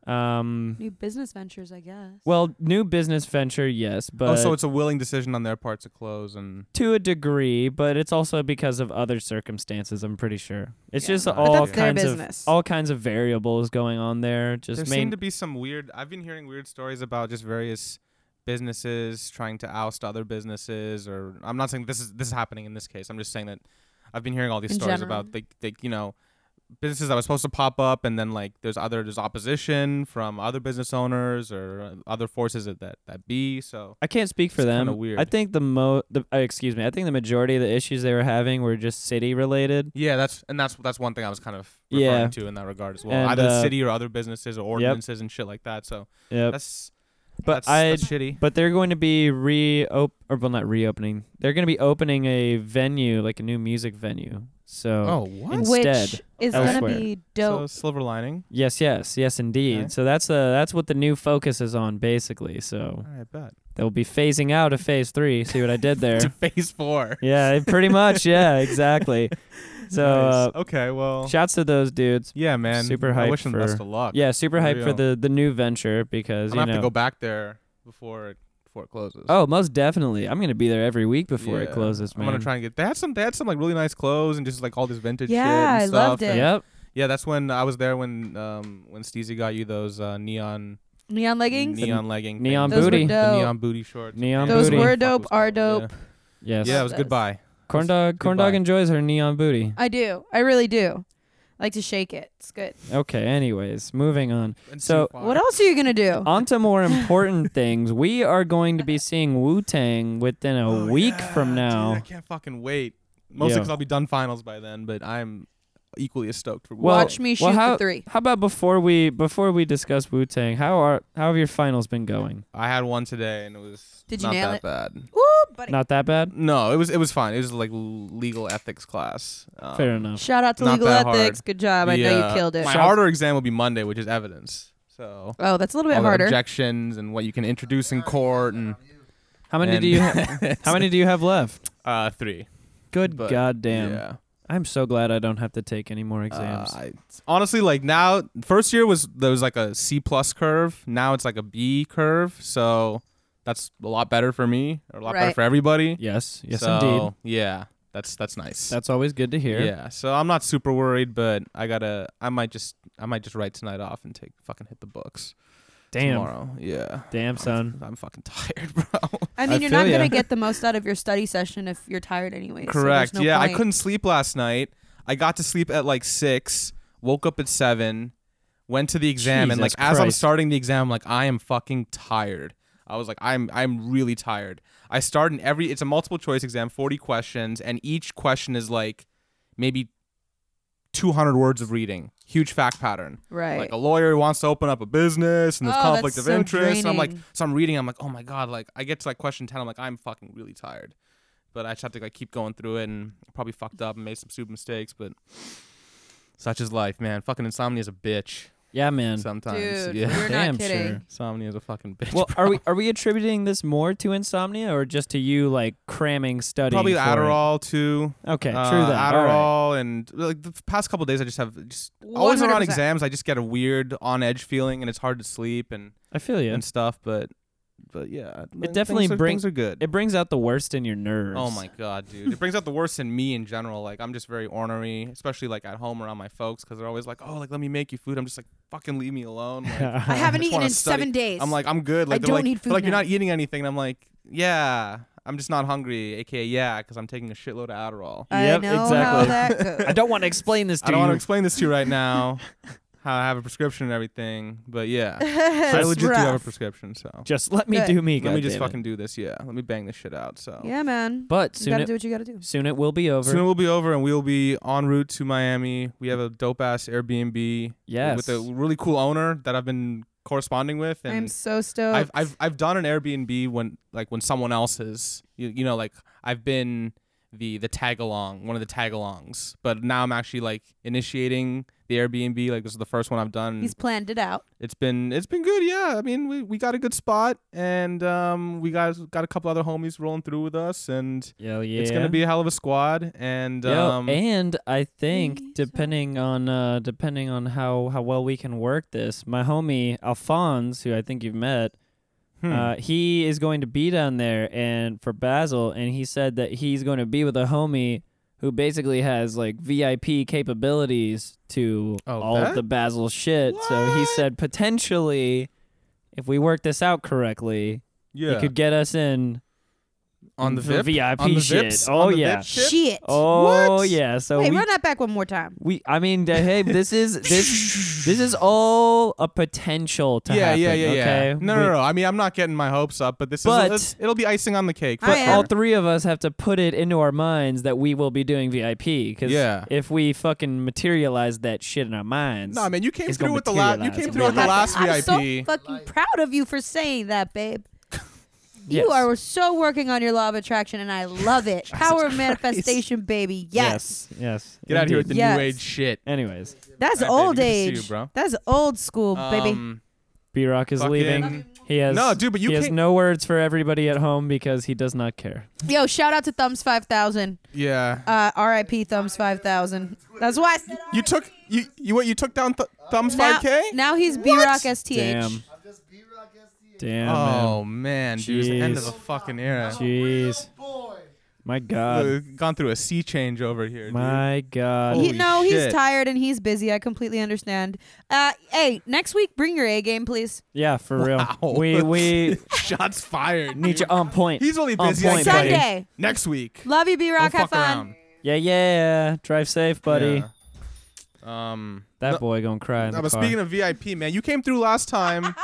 Speaker 2: um,
Speaker 3: New business ventures, I guess.
Speaker 2: well, new business venture, yes, but
Speaker 4: oh, so it's a willing decision on their part to close and
Speaker 2: to a degree, but it's also because of other circumstances. I'm pretty sure it's
Speaker 4: Yeah.
Speaker 2: just
Speaker 4: But
Speaker 2: all
Speaker 3: that's their
Speaker 2: kinds of
Speaker 3: business.
Speaker 2: all kinds of variables going on there.
Speaker 4: there
Speaker 2: Just
Speaker 4: seem
Speaker 2: main,
Speaker 4: to be some weird. I've been hearing weird stories about just various businesses trying to oust other businesses, or I'm not saying this is this is happening in this case. I'm just saying that I've been hearing all these
Speaker 3: In
Speaker 4: stories
Speaker 3: general.
Speaker 4: about like like you know businesses that were supposed to pop up, and then like there's other there's opposition from other business owners or other forces that that, that be. So
Speaker 2: I can't speak for
Speaker 4: It's kinda
Speaker 2: them.
Speaker 4: weird.
Speaker 2: I think the mo the uh, excuse me, I think the majority of the issues they were having were just city related.
Speaker 4: yeah, that's and that's that's one thing I was kind of referring
Speaker 2: Yeah.
Speaker 4: to in that regard as well.
Speaker 2: And,
Speaker 4: Either the
Speaker 2: uh,
Speaker 4: city or other businesses or ordinances and shit like that. So
Speaker 2: Yep.
Speaker 4: that's
Speaker 2: But
Speaker 4: that's,
Speaker 2: I
Speaker 4: that's shitty.
Speaker 2: but they're going to be reop or well not reopening. They're going to be opening a venue like a new music venue. So
Speaker 4: Oh, what?
Speaker 2: instead.
Speaker 3: Which is going to
Speaker 2: elsewhere.
Speaker 3: be
Speaker 4: So
Speaker 3: dope.
Speaker 4: silver lining.
Speaker 2: Yes, yes, yes, indeed.
Speaker 4: Okay.
Speaker 2: So that's uh, that's what the new focus is on, basically. So
Speaker 4: I bet.
Speaker 2: they'll be phasing out of phase three. See what I did there?
Speaker 4: To phase four.
Speaker 2: yeah, pretty much. Yeah, exactly. So
Speaker 4: Nice.
Speaker 2: uh,
Speaker 4: okay, well,
Speaker 2: shouts to those dudes.
Speaker 4: yeah, man.
Speaker 2: super
Speaker 4: I
Speaker 2: hyped
Speaker 4: wish them best
Speaker 2: for-
Speaker 4: of luck.
Speaker 2: Yeah, super
Speaker 4: For
Speaker 2: hyped for
Speaker 4: real.
Speaker 2: the the new venture because
Speaker 4: I'm
Speaker 2: you
Speaker 4: gonna
Speaker 2: know.
Speaker 4: have to go back there before it before it closes.
Speaker 2: Oh, most definitely. I'm gonna be there every week before it
Speaker 4: Yeah.
Speaker 2: closes,
Speaker 4: I'm
Speaker 2: man.
Speaker 4: gonna try and get. They had some. They had some like really nice clothes and just like all this vintage.
Speaker 3: Yeah,
Speaker 4: shit
Speaker 3: I
Speaker 4: and
Speaker 3: loved
Speaker 4: stuff.
Speaker 3: it.
Speaker 2: Yep.
Speaker 4: Yeah, that's when I was there when um when Steezy got you those uh, neon
Speaker 3: Neon leggings.
Speaker 4: neon legging
Speaker 2: Neon
Speaker 4: things.
Speaker 3: Those were booty.
Speaker 4: the
Speaker 3: dope.
Speaker 4: neon booty shorts.
Speaker 2: Neon
Speaker 4: Fuck
Speaker 3: Those
Speaker 2: booty.
Speaker 3: were
Speaker 4: was
Speaker 3: dope,
Speaker 4: called,
Speaker 3: are
Speaker 4: yeah.
Speaker 3: dope.
Speaker 2: Yes.
Speaker 4: Yeah, it was
Speaker 3: Those.
Speaker 4: goodbye.
Speaker 2: Corn dog. Corn dog
Speaker 4: goodbye.
Speaker 2: enjoys her neon booty.
Speaker 3: I do. I really do. I like to shake it. It's good.
Speaker 2: Okay. Anyways, moving on.
Speaker 4: And
Speaker 2: So-
Speaker 4: Tupac.
Speaker 3: What else are you going to
Speaker 4: Uh,
Speaker 3: do?
Speaker 2: On to more important things. We are going to be seeing Wu Tang within a
Speaker 4: Oh,
Speaker 2: week
Speaker 4: yeah,
Speaker 2: from
Speaker 4: dude, I
Speaker 2: now.
Speaker 4: can't fucking wait. Mostly
Speaker 2: Yeah.
Speaker 4: because I'll be done finals by then, but I'm equally as stoked for.
Speaker 2: Well-
Speaker 3: Watch me shoot
Speaker 2: well, how-
Speaker 3: the three.
Speaker 2: How about before we before we discuss Wu Tang? How are how have your finals been going?
Speaker 4: I had one today and it was
Speaker 3: Did you
Speaker 4: not
Speaker 3: nail
Speaker 4: that
Speaker 3: it?
Speaker 4: bad.
Speaker 3: Ooh, buddy.
Speaker 2: Not that bad.
Speaker 4: No, it was it was fine. It was like l- legal ethics class. Um,
Speaker 2: Fair enough.
Speaker 3: Shout out to
Speaker 4: Not
Speaker 3: Legal
Speaker 4: that
Speaker 3: Ethics.
Speaker 4: hard.
Speaker 3: Good job. I
Speaker 4: the,
Speaker 3: know
Speaker 4: uh,
Speaker 3: you killed it.
Speaker 4: My harder exam will be Monday, which is evidence. So
Speaker 3: oh, that's a little bit
Speaker 4: all the
Speaker 3: harder.
Speaker 4: objections and what you can introduce in court and
Speaker 2: How many
Speaker 4: and-
Speaker 2: do you ha- how many do you have left?
Speaker 4: uh, three.
Speaker 2: Good
Speaker 4: But,
Speaker 2: goddamn.
Speaker 4: Yeah.
Speaker 2: I'm so glad I don't have to take any more exams.
Speaker 4: Uh, I, honestly, like now, first year was there was like a C plus curve. Now it's like a B curve. So that's a lot better for me, or a lot better
Speaker 3: Right.
Speaker 4: for everybody.
Speaker 2: yes, yes
Speaker 4: So,
Speaker 2: indeed.
Speaker 4: Yeah, that's that's nice.
Speaker 2: That's always good to hear.
Speaker 4: Yeah, so I'm not super worried, but I gotta. I might just. I might just write tonight off and take fucking hit the books
Speaker 2: Damn.
Speaker 4: tomorrow. Yeah,
Speaker 2: Damn son.
Speaker 4: I'm fucking tired, bro.
Speaker 3: I
Speaker 2: I
Speaker 3: mean, you're
Speaker 2: feel
Speaker 3: not
Speaker 2: ya.
Speaker 3: going to get the most out of your study session if you're tired anyway.
Speaker 4: Correct.
Speaker 3: So there's no
Speaker 4: yeah, I
Speaker 3: point.
Speaker 4: couldn't sleep last night. I got to sleep at like six. Woke up at seven. Went to the exam and like
Speaker 2: Jesus
Speaker 4: as I'm
Speaker 2: Christ.
Speaker 4: starting the exam, I'm like I am fucking tired. I was like I'm I'm really tired. I start in every. It's a multiple choice exam, 40 questions, and each question is like maybe 200 words of reading. Huge fact pattern.
Speaker 3: Right.
Speaker 4: Like a lawyer who wants to open up a business and there's
Speaker 3: Oh,
Speaker 4: conflict
Speaker 3: that's
Speaker 4: of
Speaker 3: so
Speaker 4: interest. And I'm like,
Speaker 3: draining.
Speaker 4: so I'm reading, I'm like, oh my God, like I get to like question 10, I'm like, I'm fucking really tired. But I just have to like keep going through it and I probably fucked up and made some stupid mistakes, but such is life, man. Fucking insomnia is a bitch
Speaker 2: Yeah, man.
Speaker 4: sometimes.
Speaker 3: Dude,
Speaker 4: yeah.
Speaker 3: you're
Speaker 2: Damn
Speaker 3: not
Speaker 2: sure.
Speaker 3: kidding.
Speaker 4: Insomnia is a fucking bitch.
Speaker 2: Well,
Speaker 4: bro.
Speaker 2: are we are we attributing this more to insomnia or just to you like cramming studying?
Speaker 4: probably
Speaker 2: for it?
Speaker 4: Adderall too?
Speaker 2: Okay,
Speaker 4: Uh,
Speaker 2: true that. All right.
Speaker 4: Adderall and like the past couple days, I just have just always around
Speaker 3: 100%.
Speaker 4: exams. I just get a weird on edge feeling, and it's hard to sleep and
Speaker 2: I feel you.
Speaker 4: and stuff. But but yeah, like,
Speaker 2: definitely
Speaker 4: things are,
Speaker 2: bring-
Speaker 4: things are good.
Speaker 2: It brings out the worst in your nerves.
Speaker 4: Oh my god, dude! It brings out the worst in me in general. Like I'm just very ornery, especially like at home around my folks, because they're always like, "Oh, like let me make you food." I'm just like, "Fucking leave me alone." Like,
Speaker 2: Uh,
Speaker 3: I haven't
Speaker 4: just
Speaker 3: eaten
Speaker 4: wanna
Speaker 3: in
Speaker 4: study.
Speaker 3: seven days.
Speaker 4: I'm like, I'm good. Like, they're
Speaker 3: don't
Speaker 4: like,
Speaker 3: need
Speaker 4: they're
Speaker 3: food
Speaker 4: Like you're
Speaker 3: now.
Speaker 4: not eating anything. And I'm like, yeah, I'm just not hungry. AKA, yeah, because I'm taking a shitload of Adderall.
Speaker 3: I
Speaker 2: Yep,
Speaker 3: know how
Speaker 2: exactly.
Speaker 3: that goes.
Speaker 2: I don't want to explain this to
Speaker 4: I don't
Speaker 2: you.
Speaker 4: want to explain this to you right now. how I have a prescription and everything, but yeah, I
Speaker 3: It's
Speaker 4: legit do have a
Speaker 3: rough.
Speaker 4: prescription. So
Speaker 2: just let me
Speaker 3: Good.
Speaker 2: do me.
Speaker 4: let me just
Speaker 2: goddammit.
Speaker 4: fucking do this. Yeah, let me bang this shit out. So
Speaker 3: Yeah, man.
Speaker 2: But
Speaker 3: You
Speaker 2: soon
Speaker 3: gotta
Speaker 2: it,
Speaker 3: do what you gotta do.
Speaker 2: soon it will be over.
Speaker 4: Soon it will be over, and we'll be en route to Miami. We have a dope ass Airbnb
Speaker 2: yes.
Speaker 4: with a really cool owner that I've been corresponding with. And
Speaker 3: I'm so stoked.
Speaker 4: I've, I've I've done an Airbnb when like when someone else is you, you know like I've been the the tag along one of the tag alongs, but now I'm actually like initiating the Airbnb. Like this is the first one I've done.
Speaker 3: He's planned it out.
Speaker 4: it's been it's been good. Yeah, I mean we, we got a good spot and um we got got a couple other homies rolling through with us and
Speaker 2: Yeah, yeah.
Speaker 4: it's gonna be a hell of a squad and
Speaker 2: Yo,
Speaker 4: um
Speaker 2: and I think
Speaker 3: Please,
Speaker 2: depending on uh, depending on how, how well we can work this, my homie Alphonse, who I think you've met,
Speaker 4: hmm.
Speaker 2: uh, he is going to be down there and for Basil, and he said that he's going to be with a homie who basically has like VIP capabilities to
Speaker 4: Oh,
Speaker 2: all of
Speaker 4: bet?
Speaker 2: the Basil shit. So he
Speaker 4: What?
Speaker 2: said potentially, if we work this out correctly,
Speaker 4: yeah
Speaker 2: he could get us in
Speaker 4: on the
Speaker 2: for
Speaker 4: VIP
Speaker 2: VIP
Speaker 4: on the
Speaker 2: shit.
Speaker 4: Vips?
Speaker 2: Oh
Speaker 4: On the
Speaker 2: yeah.
Speaker 4: Vip shit?
Speaker 3: Shit.
Speaker 2: Oh
Speaker 4: What?
Speaker 2: yeah. So
Speaker 3: Wait,
Speaker 2: we
Speaker 3: run that back one more time.
Speaker 2: we I mean uh, hey this is this this is all a potential to
Speaker 4: yeah,
Speaker 2: happen.
Speaker 4: yeah, yeah,
Speaker 2: okay?
Speaker 4: yeah. No,
Speaker 2: We-
Speaker 4: no, no. I mean, I'm not getting my hopes up, but this
Speaker 2: But-
Speaker 4: is it'll be icing on the cake. for
Speaker 3: I
Speaker 2: But
Speaker 3: am.
Speaker 4: sure.
Speaker 2: all three of us have to put it into our minds that we will be doing VIP because
Speaker 4: Yeah.
Speaker 2: if we fucking materialize that shit in our minds,
Speaker 4: No, man, you came
Speaker 2: It's
Speaker 4: through
Speaker 2: gonna
Speaker 4: with the last. You
Speaker 2: materialize.
Speaker 4: came
Speaker 2: It's
Speaker 4: through with the
Speaker 2: gonna
Speaker 4: last
Speaker 3: I'm
Speaker 4: VIP.
Speaker 3: so fucking proud of you for saying that, babe.
Speaker 2: Yes.
Speaker 3: You are so working on your law of attraction, and I love it. Power of manifestation, baby. Yes.
Speaker 2: yes, yes.
Speaker 4: Get out of here with the
Speaker 2: indeed.
Speaker 3: Yes.
Speaker 4: new age shit.
Speaker 2: Anyways,
Speaker 3: That's
Speaker 4: All right,
Speaker 3: old
Speaker 4: baby, good to see
Speaker 3: age.
Speaker 4: you, bro.
Speaker 3: That's old school, Oh, baby.
Speaker 4: Um,
Speaker 2: B Rock is leaving.
Speaker 4: fucking-
Speaker 2: He has
Speaker 4: No, dude, but you
Speaker 2: he has
Speaker 4: can't-
Speaker 2: no words for everybody at home because he does not care.
Speaker 3: Yo, shout out to Thumbs Five Thousand.
Speaker 4: Yeah.
Speaker 3: Uh, R.I.P. Thumbs Five Thousand. That's why I said
Speaker 4: you took you you what you took down th- thumbs
Speaker 3: now,
Speaker 4: five k.
Speaker 3: now he's B Rock STH.
Speaker 2: Damn,
Speaker 1: I'm just B-Rock SDA.
Speaker 2: damn,
Speaker 4: Oh man, dude, it's the end of
Speaker 2: Jeez.
Speaker 4: a fucking era.
Speaker 2: man. Jeez,
Speaker 5: Boy.
Speaker 2: my God,
Speaker 4: We've Gone through a sea change over here. dude.
Speaker 2: my God.
Speaker 4: Holy
Speaker 3: You know he's
Speaker 4: shit.
Speaker 3: tired and he's busy. I completely understand. Uh, hey, next week bring your A game, please.
Speaker 2: Yeah, for
Speaker 4: Wow.
Speaker 2: real. We we
Speaker 4: Shots fired.
Speaker 2: need you on point.
Speaker 4: He's only
Speaker 2: On
Speaker 4: busy. I
Speaker 2: point,
Speaker 4: tell
Speaker 2: buddy.
Speaker 4: you.
Speaker 3: Sunday.
Speaker 4: Next week.
Speaker 3: Love you, B Rock.
Speaker 4: Don't
Speaker 3: Have
Speaker 4: fuck
Speaker 3: fun.
Speaker 4: around.
Speaker 2: yeah, yeah. Drive safe, buddy.
Speaker 4: Yeah. Um.
Speaker 2: That
Speaker 4: no-
Speaker 2: boy gonna cry in
Speaker 4: No,
Speaker 2: the
Speaker 4: but
Speaker 2: car.
Speaker 4: speaking of VIP, man, you came through last time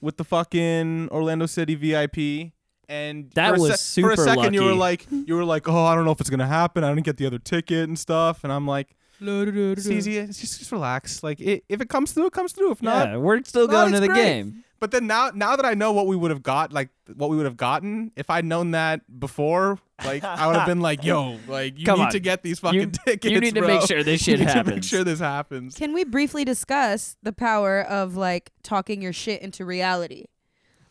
Speaker 4: with the fucking Orlando City VIP, and
Speaker 2: That
Speaker 4: for a
Speaker 2: was
Speaker 4: sec- for a
Speaker 2: super
Speaker 4: second you were
Speaker 2: lucky.
Speaker 4: like, you were like, oh, I don't know if it's gonna happen. I didn't get the other ticket and stuff, and I'm like, it's easy. It's just, just relax. Like, it, if it comes through, it comes through. If not,
Speaker 2: yeah, we're still
Speaker 4: not,
Speaker 2: going to
Speaker 4: it's
Speaker 2: the
Speaker 4: great.
Speaker 2: game.
Speaker 4: But then now, now that I know what we would have got, like what we would have gotten if I'd known that before, like I would have been like, yo, like you
Speaker 2: Come
Speaker 4: need
Speaker 2: on.
Speaker 4: to get these fucking
Speaker 2: you,
Speaker 4: tickets.
Speaker 2: you need to make
Speaker 4: bro.
Speaker 2: sure this
Speaker 4: You
Speaker 2: shit
Speaker 4: need to
Speaker 2: happens.
Speaker 4: make sure this happens.
Speaker 3: Can we briefly discuss the power of like talking your shit into reality?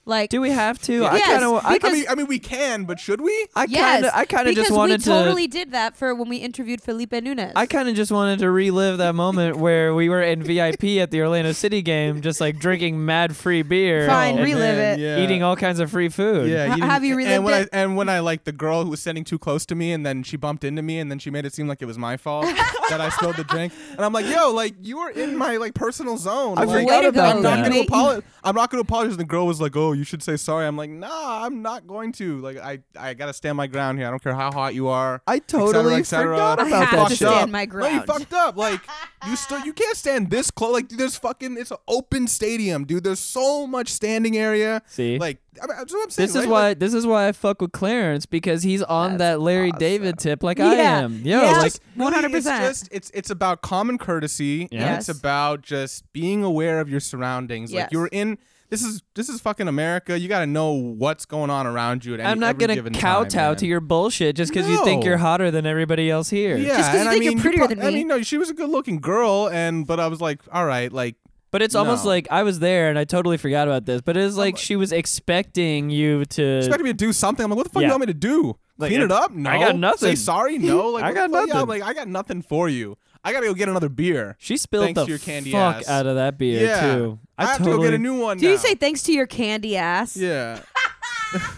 Speaker 3: Like,
Speaker 2: Do we have to? I
Speaker 3: Yes,
Speaker 2: kind of. I,
Speaker 4: I
Speaker 3: because-
Speaker 4: mean, I mean, we can, but should we?
Speaker 2: I
Speaker 3: yes,
Speaker 2: kind of. I kind of
Speaker 3: because
Speaker 2: just wanted
Speaker 3: we totally
Speaker 2: to.
Speaker 3: did that for when we interviewed Felipe Nunes.
Speaker 2: I kind of just wanted to relive that moment where we were in VIP at the Orlando City game, just like drinking mad free beer,
Speaker 3: Fine,
Speaker 2: and
Speaker 3: relive it.
Speaker 4: yeah.
Speaker 2: eating all kinds of free food.
Speaker 4: Yeah,
Speaker 3: Ha-
Speaker 4: didn't-
Speaker 3: have you relived
Speaker 4: and when
Speaker 3: it?
Speaker 4: I, and when I like the girl who was standing too close to me, and then she bumped into me, and then she made it seem like it was my fault that I spilled the drink, and I'm like, yo, like you were in my like personal zone.
Speaker 2: I
Speaker 4: like,
Speaker 2: forgot Way to about
Speaker 4: I'm
Speaker 2: go,
Speaker 4: not gonna
Speaker 3: mate.
Speaker 4: apologize. I'm not gonna apologize. And the girl was like, oh, you should say sorry. I'm like, nah, I'm not going to. Like, I I gotta stand my ground here. I don't care how hot you are.
Speaker 2: I
Speaker 4: et cetera,
Speaker 2: totally
Speaker 4: et cetera.
Speaker 2: forgot
Speaker 3: I
Speaker 2: about
Speaker 3: have
Speaker 2: that
Speaker 4: Fucked
Speaker 3: to
Speaker 2: shit.
Speaker 3: stand my
Speaker 4: No,
Speaker 3: ground.
Speaker 4: you fucked up. Like you still you can't stand this close. Like there's fucking it's an open stadium, dude. There's so much standing area.
Speaker 2: See?
Speaker 4: like I mean, that's what I'm saying.
Speaker 2: This
Speaker 4: right?
Speaker 2: is
Speaker 4: Like,
Speaker 2: why this is why I fuck with Clarence because he's on that Larry David tip like I
Speaker 3: Yeah.
Speaker 2: am. Yo,
Speaker 3: Yeah.
Speaker 2: like
Speaker 4: It's just- really,
Speaker 3: 100%.
Speaker 4: It's just it's it's about common courtesy and
Speaker 3: Yes.
Speaker 4: it's about just being aware of your surroundings.
Speaker 3: Yes.
Speaker 4: Like you're in this is this is fucking America. You got to know what's going on around you at any
Speaker 2: I'm not
Speaker 4: every
Speaker 2: gonna
Speaker 4: given
Speaker 2: kowtow
Speaker 4: time,
Speaker 2: to your bullshit just because you think
Speaker 4: No.
Speaker 2: you're hotter than everybody else here.
Speaker 4: Yeah,
Speaker 3: Just 'cause you
Speaker 4: and I
Speaker 3: think you're
Speaker 4: mean,
Speaker 3: prettier
Speaker 4: pro-
Speaker 3: than
Speaker 4: I
Speaker 3: me.
Speaker 4: mean, no, she was a good-looking girl, and but I was like, all right, like
Speaker 2: But it's almost
Speaker 4: No.
Speaker 2: like I was there and I totally forgot about this. But it was like she was expecting you to.
Speaker 4: expected me to do something. I'm like, what the fuck
Speaker 2: Yeah.
Speaker 4: you want me to do?
Speaker 2: Like,
Speaker 4: Clean
Speaker 2: I-
Speaker 4: it up? No.
Speaker 2: I got nothing.
Speaker 4: Say sorry? No. Like
Speaker 2: I
Speaker 4: what
Speaker 2: got
Speaker 4: the fuck? Yeah,
Speaker 2: nothing.
Speaker 4: I'm like, I got nothing for you. I gotta go get another beer.
Speaker 2: she spilled
Speaker 4: Thanks
Speaker 2: the
Speaker 4: to your candy
Speaker 2: fuck
Speaker 4: ass.
Speaker 2: out of that beer
Speaker 4: yeah.
Speaker 2: too. I,
Speaker 4: I, have
Speaker 2: totally
Speaker 4: to go get a new one.
Speaker 3: Do you
Speaker 4: now.
Speaker 3: say thanks to your candy ass?
Speaker 4: Yeah.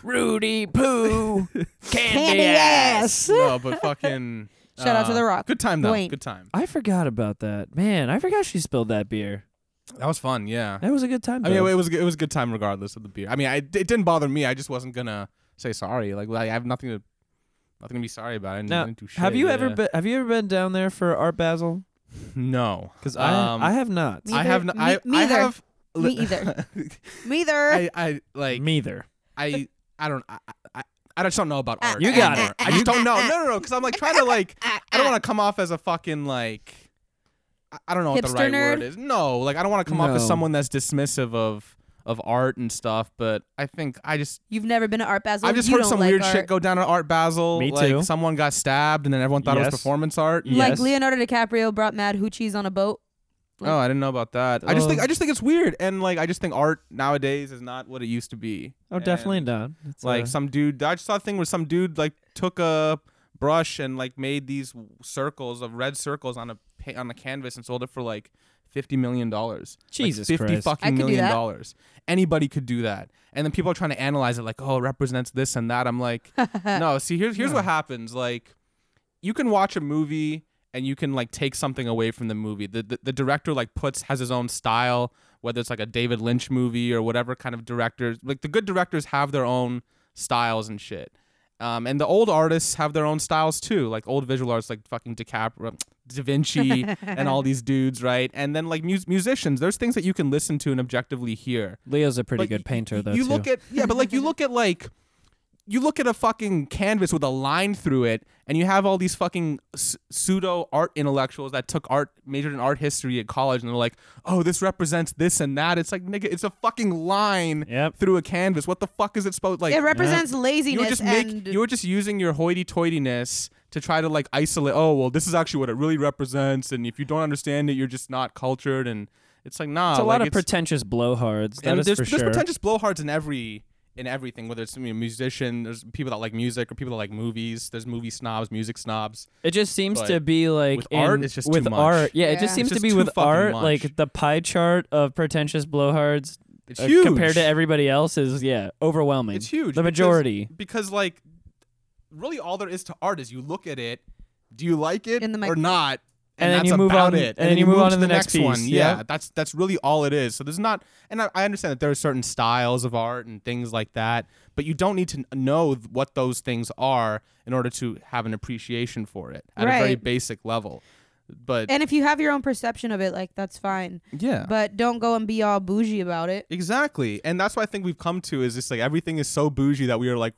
Speaker 2: Rudy poo candy,
Speaker 3: Candy ass.
Speaker 4: no, but fucking.
Speaker 3: Shout out to
Speaker 4: uh,
Speaker 3: The Rock.
Speaker 4: Good time though.
Speaker 3: Dwayne.
Speaker 4: Good time.
Speaker 2: I forgot about that. Man, I forgot she spilled that beer.
Speaker 4: That was fun. Yeah.
Speaker 2: That was a good time.
Speaker 4: I mean,
Speaker 2: though.
Speaker 4: it was it was a good time regardless of the beer. I mean, I, it didn't bother me. I just wasn't gonna say sorry. Like I have nothing to nothing to be sorry about. I didn't, I
Speaker 2: now,
Speaker 4: didn't do shit.
Speaker 2: have you ever
Speaker 4: yeah.
Speaker 2: been? Have you ever been down there for Art Basel?
Speaker 4: No.
Speaker 2: Because I,
Speaker 4: Um,
Speaker 2: I have not.
Speaker 3: Me
Speaker 4: I have.
Speaker 3: either.
Speaker 4: n- I,
Speaker 3: Me- me
Speaker 4: I
Speaker 3: either.
Speaker 4: have.
Speaker 3: Me either. Me either.
Speaker 4: I, I like.
Speaker 2: Neither.
Speaker 4: I I don't I, I I just don't know about
Speaker 3: Uh,
Speaker 4: art.
Speaker 2: You got
Speaker 4: anymore.
Speaker 2: it.
Speaker 3: uh.
Speaker 4: I just don't know. No, no, no. Because I'm like trying to like. I don't want to come off as a fucking like. I- I- I don't know what the
Speaker 3: Hipster
Speaker 4: right word
Speaker 3: nerd?
Speaker 4: is. No, like I don't want to come off as
Speaker 1: No.
Speaker 4: someone that's dismissive of of art and stuff, but I think I just
Speaker 3: You've never been to Art Basel.
Speaker 4: I've just
Speaker 3: You
Speaker 4: heard
Speaker 3: don't
Speaker 4: some
Speaker 3: like
Speaker 4: weird
Speaker 3: art.
Speaker 4: shit go down at Art Basel.
Speaker 2: Me
Speaker 4: like
Speaker 2: too.
Speaker 4: someone got stabbed and then everyone thought it
Speaker 2: Yes.
Speaker 4: was performance art.
Speaker 2: Yeah.
Speaker 3: Like
Speaker 2: Yes.
Speaker 3: Leonardo DiCaprio brought mad hoochies on a boat. Like-
Speaker 4: oh, I didn't know about that. I just
Speaker 2: Oh.
Speaker 4: think I just think it's weird and like I just think art nowadays is not what it used to be.
Speaker 2: Oh, definitely
Speaker 4: And,
Speaker 2: not. It's uh,
Speaker 4: Like
Speaker 2: a-
Speaker 4: some dude I just saw a thing where some dude like took a brush and like made these circles of red circles on a pa- on a canvas and sold it for like 50 million dollars.
Speaker 2: Jesus
Speaker 4: like 50
Speaker 2: Christ.
Speaker 4: fucking
Speaker 3: I could do
Speaker 4: million
Speaker 3: that.
Speaker 4: dollars. Anybody could do that. And then people are trying to analyze it like, "Oh, it represents this and that." I'm like, "No, see here's here's what happens. Like you can watch a movie and you can like take something away from the movie. The, the the director like puts has his own style, whether it's like a David Lynch movie or whatever kind of directors. Like the good directors have their own styles and shit. Um, and the old artists have their own styles too, like old visual artists, like fucking DiCaprio, Da Vinci, and all these dudes, right? And then like mus- musicians, there's things that you can listen to and objectively hear.
Speaker 2: Leo's a pretty
Speaker 4: But
Speaker 2: good
Speaker 4: y-
Speaker 2: painter,
Speaker 4: y-
Speaker 2: though.
Speaker 4: You
Speaker 2: too.
Speaker 4: look at yeah, but like you look at like you look at a fucking canvas with a line through it, and you have all these fucking s- pseudo art intellectuals that took art, majored in art history at college, and they're like, "Oh, this represents this and that." It's like, nigga, it's a fucking line
Speaker 2: Yep.
Speaker 4: through a canvas. What the fuck is it supposed like?
Speaker 3: it represents
Speaker 4: you
Speaker 3: laziness
Speaker 4: were just
Speaker 3: and
Speaker 4: make, you were just using your hoity-toityness to try to like isolate. Oh well, this is actually what it really represents, and if you don't understand it, you're just not cultured. And it's like nah,
Speaker 2: It's a
Speaker 4: oh, like,
Speaker 2: lot of
Speaker 4: it's-
Speaker 2: pretentious blowhards. That
Speaker 4: and
Speaker 2: is
Speaker 4: there's,
Speaker 2: for
Speaker 4: there's
Speaker 2: sure.
Speaker 4: pretentious blowhards in every in everything, whether it's you know, musician, there's people that like music or people that like movies. There's movie snobs, music snobs.
Speaker 2: It just seems
Speaker 4: But
Speaker 2: to be like
Speaker 4: with art,
Speaker 2: in-
Speaker 4: it's just
Speaker 2: with
Speaker 4: too much.
Speaker 2: art. Yeah, it
Speaker 3: Yeah. It's
Speaker 2: just seems
Speaker 4: just
Speaker 2: to be
Speaker 4: too
Speaker 2: with
Speaker 4: fucking
Speaker 2: art,
Speaker 4: much.
Speaker 2: like the pie chart of pretentious blowhards
Speaker 4: It's
Speaker 2: uh,
Speaker 4: huge
Speaker 2: compared to everybody else's. Yeah, overwhelming.
Speaker 4: It's huge.
Speaker 2: The
Speaker 4: because-
Speaker 2: majority.
Speaker 4: because like really all there is to art is you look at it, do you like it
Speaker 3: In the mic-
Speaker 4: or not?
Speaker 2: And then
Speaker 4: that's
Speaker 2: you move
Speaker 4: about
Speaker 2: on-
Speaker 4: it.
Speaker 2: and then you move on to the next
Speaker 4: one.
Speaker 2: piece,
Speaker 4: Yeah.
Speaker 2: yeah.
Speaker 4: that's that's really all it is. So there's not, and I, I understand that there are certain styles of art and things like that, but you don't need to kn- know th- what those things are in order to have an appreciation for it at a very
Speaker 3: Right.
Speaker 4: basic level. But
Speaker 3: and if you have your own perception of it, like that's fine.
Speaker 4: yeah,
Speaker 3: But don't go and be all bougie about it.
Speaker 4: Exactly. And that's what I think we've come to is just like everything is so bougie that we are like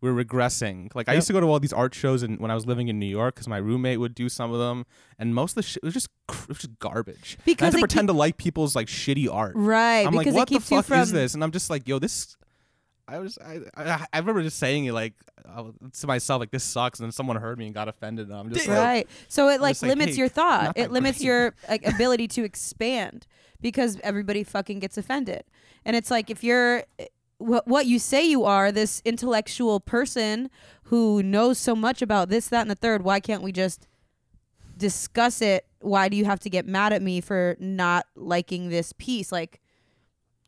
Speaker 4: we're regressing. Like I used to go to all these art shows and when I was living in New York cuz my roommate would do some of them and most of the shit was just cr- it was just garbage. I
Speaker 3: Because
Speaker 4: had to
Speaker 3: it
Speaker 4: pretend to like people's like shitty art.
Speaker 3: Right,
Speaker 4: I'm like
Speaker 3: because
Speaker 4: what
Speaker 3: it keeps
Speaker 4: the fuck
Speaker 3: you from
Speaker 4: is this? And I'm just like, yo, this I was I, I I remember just saying it like I was- to myself like this sucks and then someone heard me and got offended and I'm just like
Speaker 3: right. So it like
Speaker 4: just like,
Speaker 3: limits
Speaker 4: hey,
Speaker 3: your thought.
Speaker 4: not
Speaker 3: It
Speaker 4: that
Speaker 3: limits
Speaker 4: great.
Speaker 3: your like ability to expand because everybody fucking gets offended. And it's like if you're what what you say you are, this intellectual person who knows so much about this, that, and the third. Why can't we just discuss it? Why do you have to get mad at me for not liking this piece? Like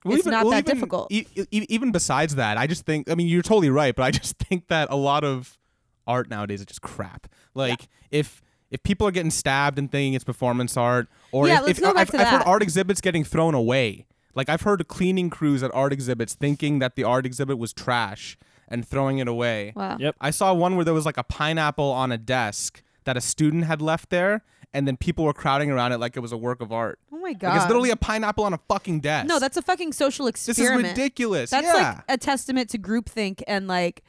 Speaker 3: It's not that difficult.
Speaker 4: e- e- e- even besides that, I just think. I mean, you're totally right, but I just think that a lot of art nowadays is just crap. Like if if people are getting stabbed and thinking it's performance art, or
Speaker 3: Yeah,
Speaker 4: if,
Speaker 3: let's
Speaker 4: if
Speaker 3: go
Speaker 4: I've,
Speaker 3: back to
Speaker 4: I've heard
Speaker 3: that.
Speaker 4: art exhibits getting thrown away. Like I've heard cleaning crews at art exhibits thinking that the art exhibit was trash and throwing it away.
Speaker 3: wow.
Speaker 2: Yep.
Speaker 4: I saw one where there was like a pineapple on a desk that a student had left there, and then people were crowding around it like it was a work of art.
Speaker 3: Oh my god.
Speaker 4: Like it's literally a pineapple on a fucking desk.
Speaker 3: no, that's a fucking social
Speaker 4: This
Speaker 3: experiment.
Speaker 4: is ridiculous.
Speaker 3: That's
Speaker 4: yeah.
Speaker 3: like a testament to groupthink and like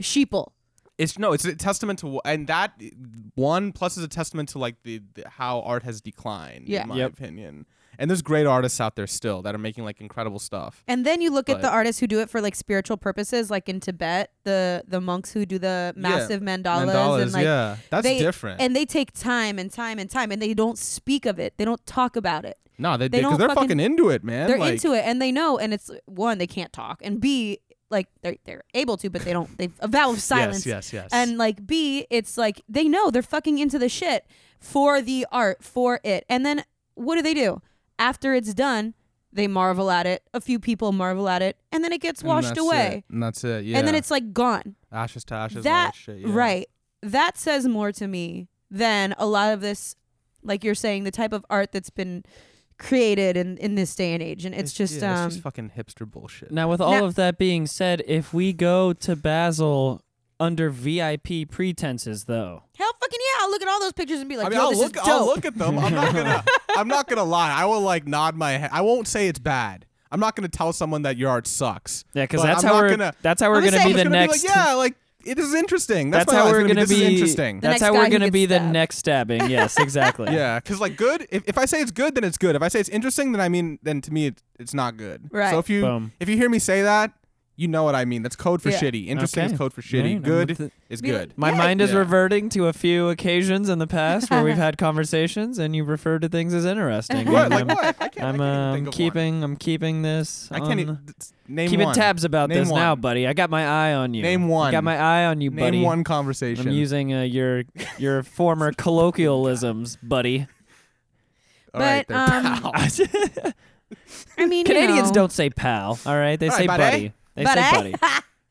Speaker 3: sheeple.
Speaker 4: it's no, it's a testament to and that one plus is a testament to like the, the how art has declined
Speaker 3: Yeah.
Speaker 4: in my
Speaker 2: Yep.
Speaker 4: opinion. And there's great artists out there still that are making like incredible stuff.
Speaker 3: And then you look at the
Speaker 4: But-
Speaker 3: artists who do it for like spiritual purposes, like in Tibet, the the monks who do the massive mandalas, and like
Speaker 4: yeah. That's
Speaker 3: they-
Speaker 4: different.
Speaker 3: And they take time and time and time, and they don't speak of it. They don't talk about it.
Speaker 4: no, they,
Speaker 3: they
Speaker 4: because
Speaker 3: don't
Speaker 4: they're
Speaker 3: fucking-
Speaker 4: fucking, into it, man.
Speaker 3: they're
Speaker 4: like,
Speaker 3: into it, and they know. And it's one, they can't talk, and B, like they're they're able to, but they don't. They a vow of silence.
Speaker 4: Yes, yes, yes.
Speaker 3: And like B, it's like they know they're fucking into the shit for the art, for it. And then what do they do? After it's done, they marvel at it. A few people marvel at it, and then it gets
Speaker 4: And
Speaker 3: washed
Speaker 4: that's
Speaker 3: away.
Speaker 4: It. And that's it. Yeah.
Speaker 3: And then it's like gone.
Speaker 4: ashes to ashes. all
Speaker 3: that
Speaker 4: that shit, yeah.
Speaker 3: right. That says more to me than a lot of this like you're saying the type of art that's been created in in this day and age and it's, just
Speaker 4: yeah,
Speaker 3: um
Speaker 4: it's just fucking hipster bullshit.
Speaker 2: Now, with all
Speaker 3: Now-
Speaker 2: of that being said, if we go to Basel under VIP pretenses, though,
Speaker 3: hell fucking yeah i'll look at all those pictures and be like
Speaker 4: I mean,
Speaker 3: yo
Speaker 4: I'll
Speaker 3: this
Speaker 4: look.
Speaker 3: is dope
Speaker 4: I'll look at them. I'm not gonna. I'm not gonna lie. I will like nod my head. I won't say it's bad. I'm not gonna tell someone that your art sucks.
Speaker 2: yeah, because
Speaker 4: But
Speaker 2: that's
Speaker 4: I'm
Speaker 2: how
Speaker 4: not
Speaker 2: we're
Speaker 4: gonna-
Speaker 2: that's how we're
Speaker 4: I'm
Speaker 2: gonna
Speaker 4: just
Speaker 2: be
Speaker 4: saying,
Speaker 2: the
Speaker 4: I'm just
Speaker 2: next.
Speaker 4: gonna be like, yeah, like it is interesting. That's,
Speaker 2: how
Speaker 4: my
Speaker 2: we're
Speaker 4: going to
Speaker 2: gonna
Speaker 4: This
Speaker 2: be.
Speaker 4: is interesting.
Speaker 3: The
Speaker 2: That's
Speaker 3: next
Speaker 2: how
Speaker 3: guy
Speaker 2: we're
Speaker 3: who
Speaker 2: gonna
Speaker 3: gets
Speaker 2: be the
Speaker 3: stabbed.
Speaker 2: next stabbing. Yes, exactly.
Speaker 4: yeah, because like good. If, if I say it's good, then it's good. If I say it's interesting, then I mean, then to me, it, it's not good.
Speaker 3: Right.
Speaker 4: So if you
Speaker 2: Boom.
Speaker 4: if you hear me say that, you know what I mean. That's code for
Speaker 3: Yeah.
Speaker 4: shitty. Interesting
Speaker 2: Okay.
Speaker 4: is code for
Speaker 2: Right,
Speaker 4: shitty.
Speaker 2: I'm with
Speaker 4: good
Speaker 2: it.
Speaker 4: is
Speaker 3: Be
Speaker 4: good.
Speaker 2: My
Speaker 3: Yeah.
Speaker 2: mind is
Speaker 4: Yeah.
Speaker 2: reverting to a few occasions in the past where we've had conversations and you've referred to things as interesting.
Speaker 4: What?
Speaker 2: And
Speaker 4: Like
Speaker 2: I'm,
Speaker 4: what? I can't,
Speaker 2: I'm,
Speaker 4: I can't even
Speaker 2: um,
Speaker 4: think of one.
Speaker 2: keeping. I'm keeping this.
Speaker 4: I can't
Speaker 2: on-
Speaker 4: even, d- name
Speaker 2: keeping
Speaker 4: one.
Speaker 2: tabs about
Speaker 4: Name
Speaker 2: this now,
Speaker 4: one.
Speaker 2: buddy. I got my eye on you.
Speaker 4: Name
Speaker 2: I
Speaker 4: one.
Speaker 2: got my eye on you,
Speaker 4: Name
Speaker 2: buddy.
Speaker 4: one conversation.
Speaker 2: I'm using uh, your your former colloquialisms, buddy.
Speaker 4: All right,
Speaker 3: But,
Speaker 4: there,
Speaker 3: um,
Speaker 4: pal.
Speaker 3: I mean, you
Speaker 2: Canadians
Speaker 3: know.
Speaker 2: don't say pal. All right, they
Speaker 4: All right,
Speaker 2: say
Speaker 4: buddy.
Speaker 2: buddy. They
Speaker 3: But
Speaker 2: say
Speaker 3: I-
Speaker 2: buddy.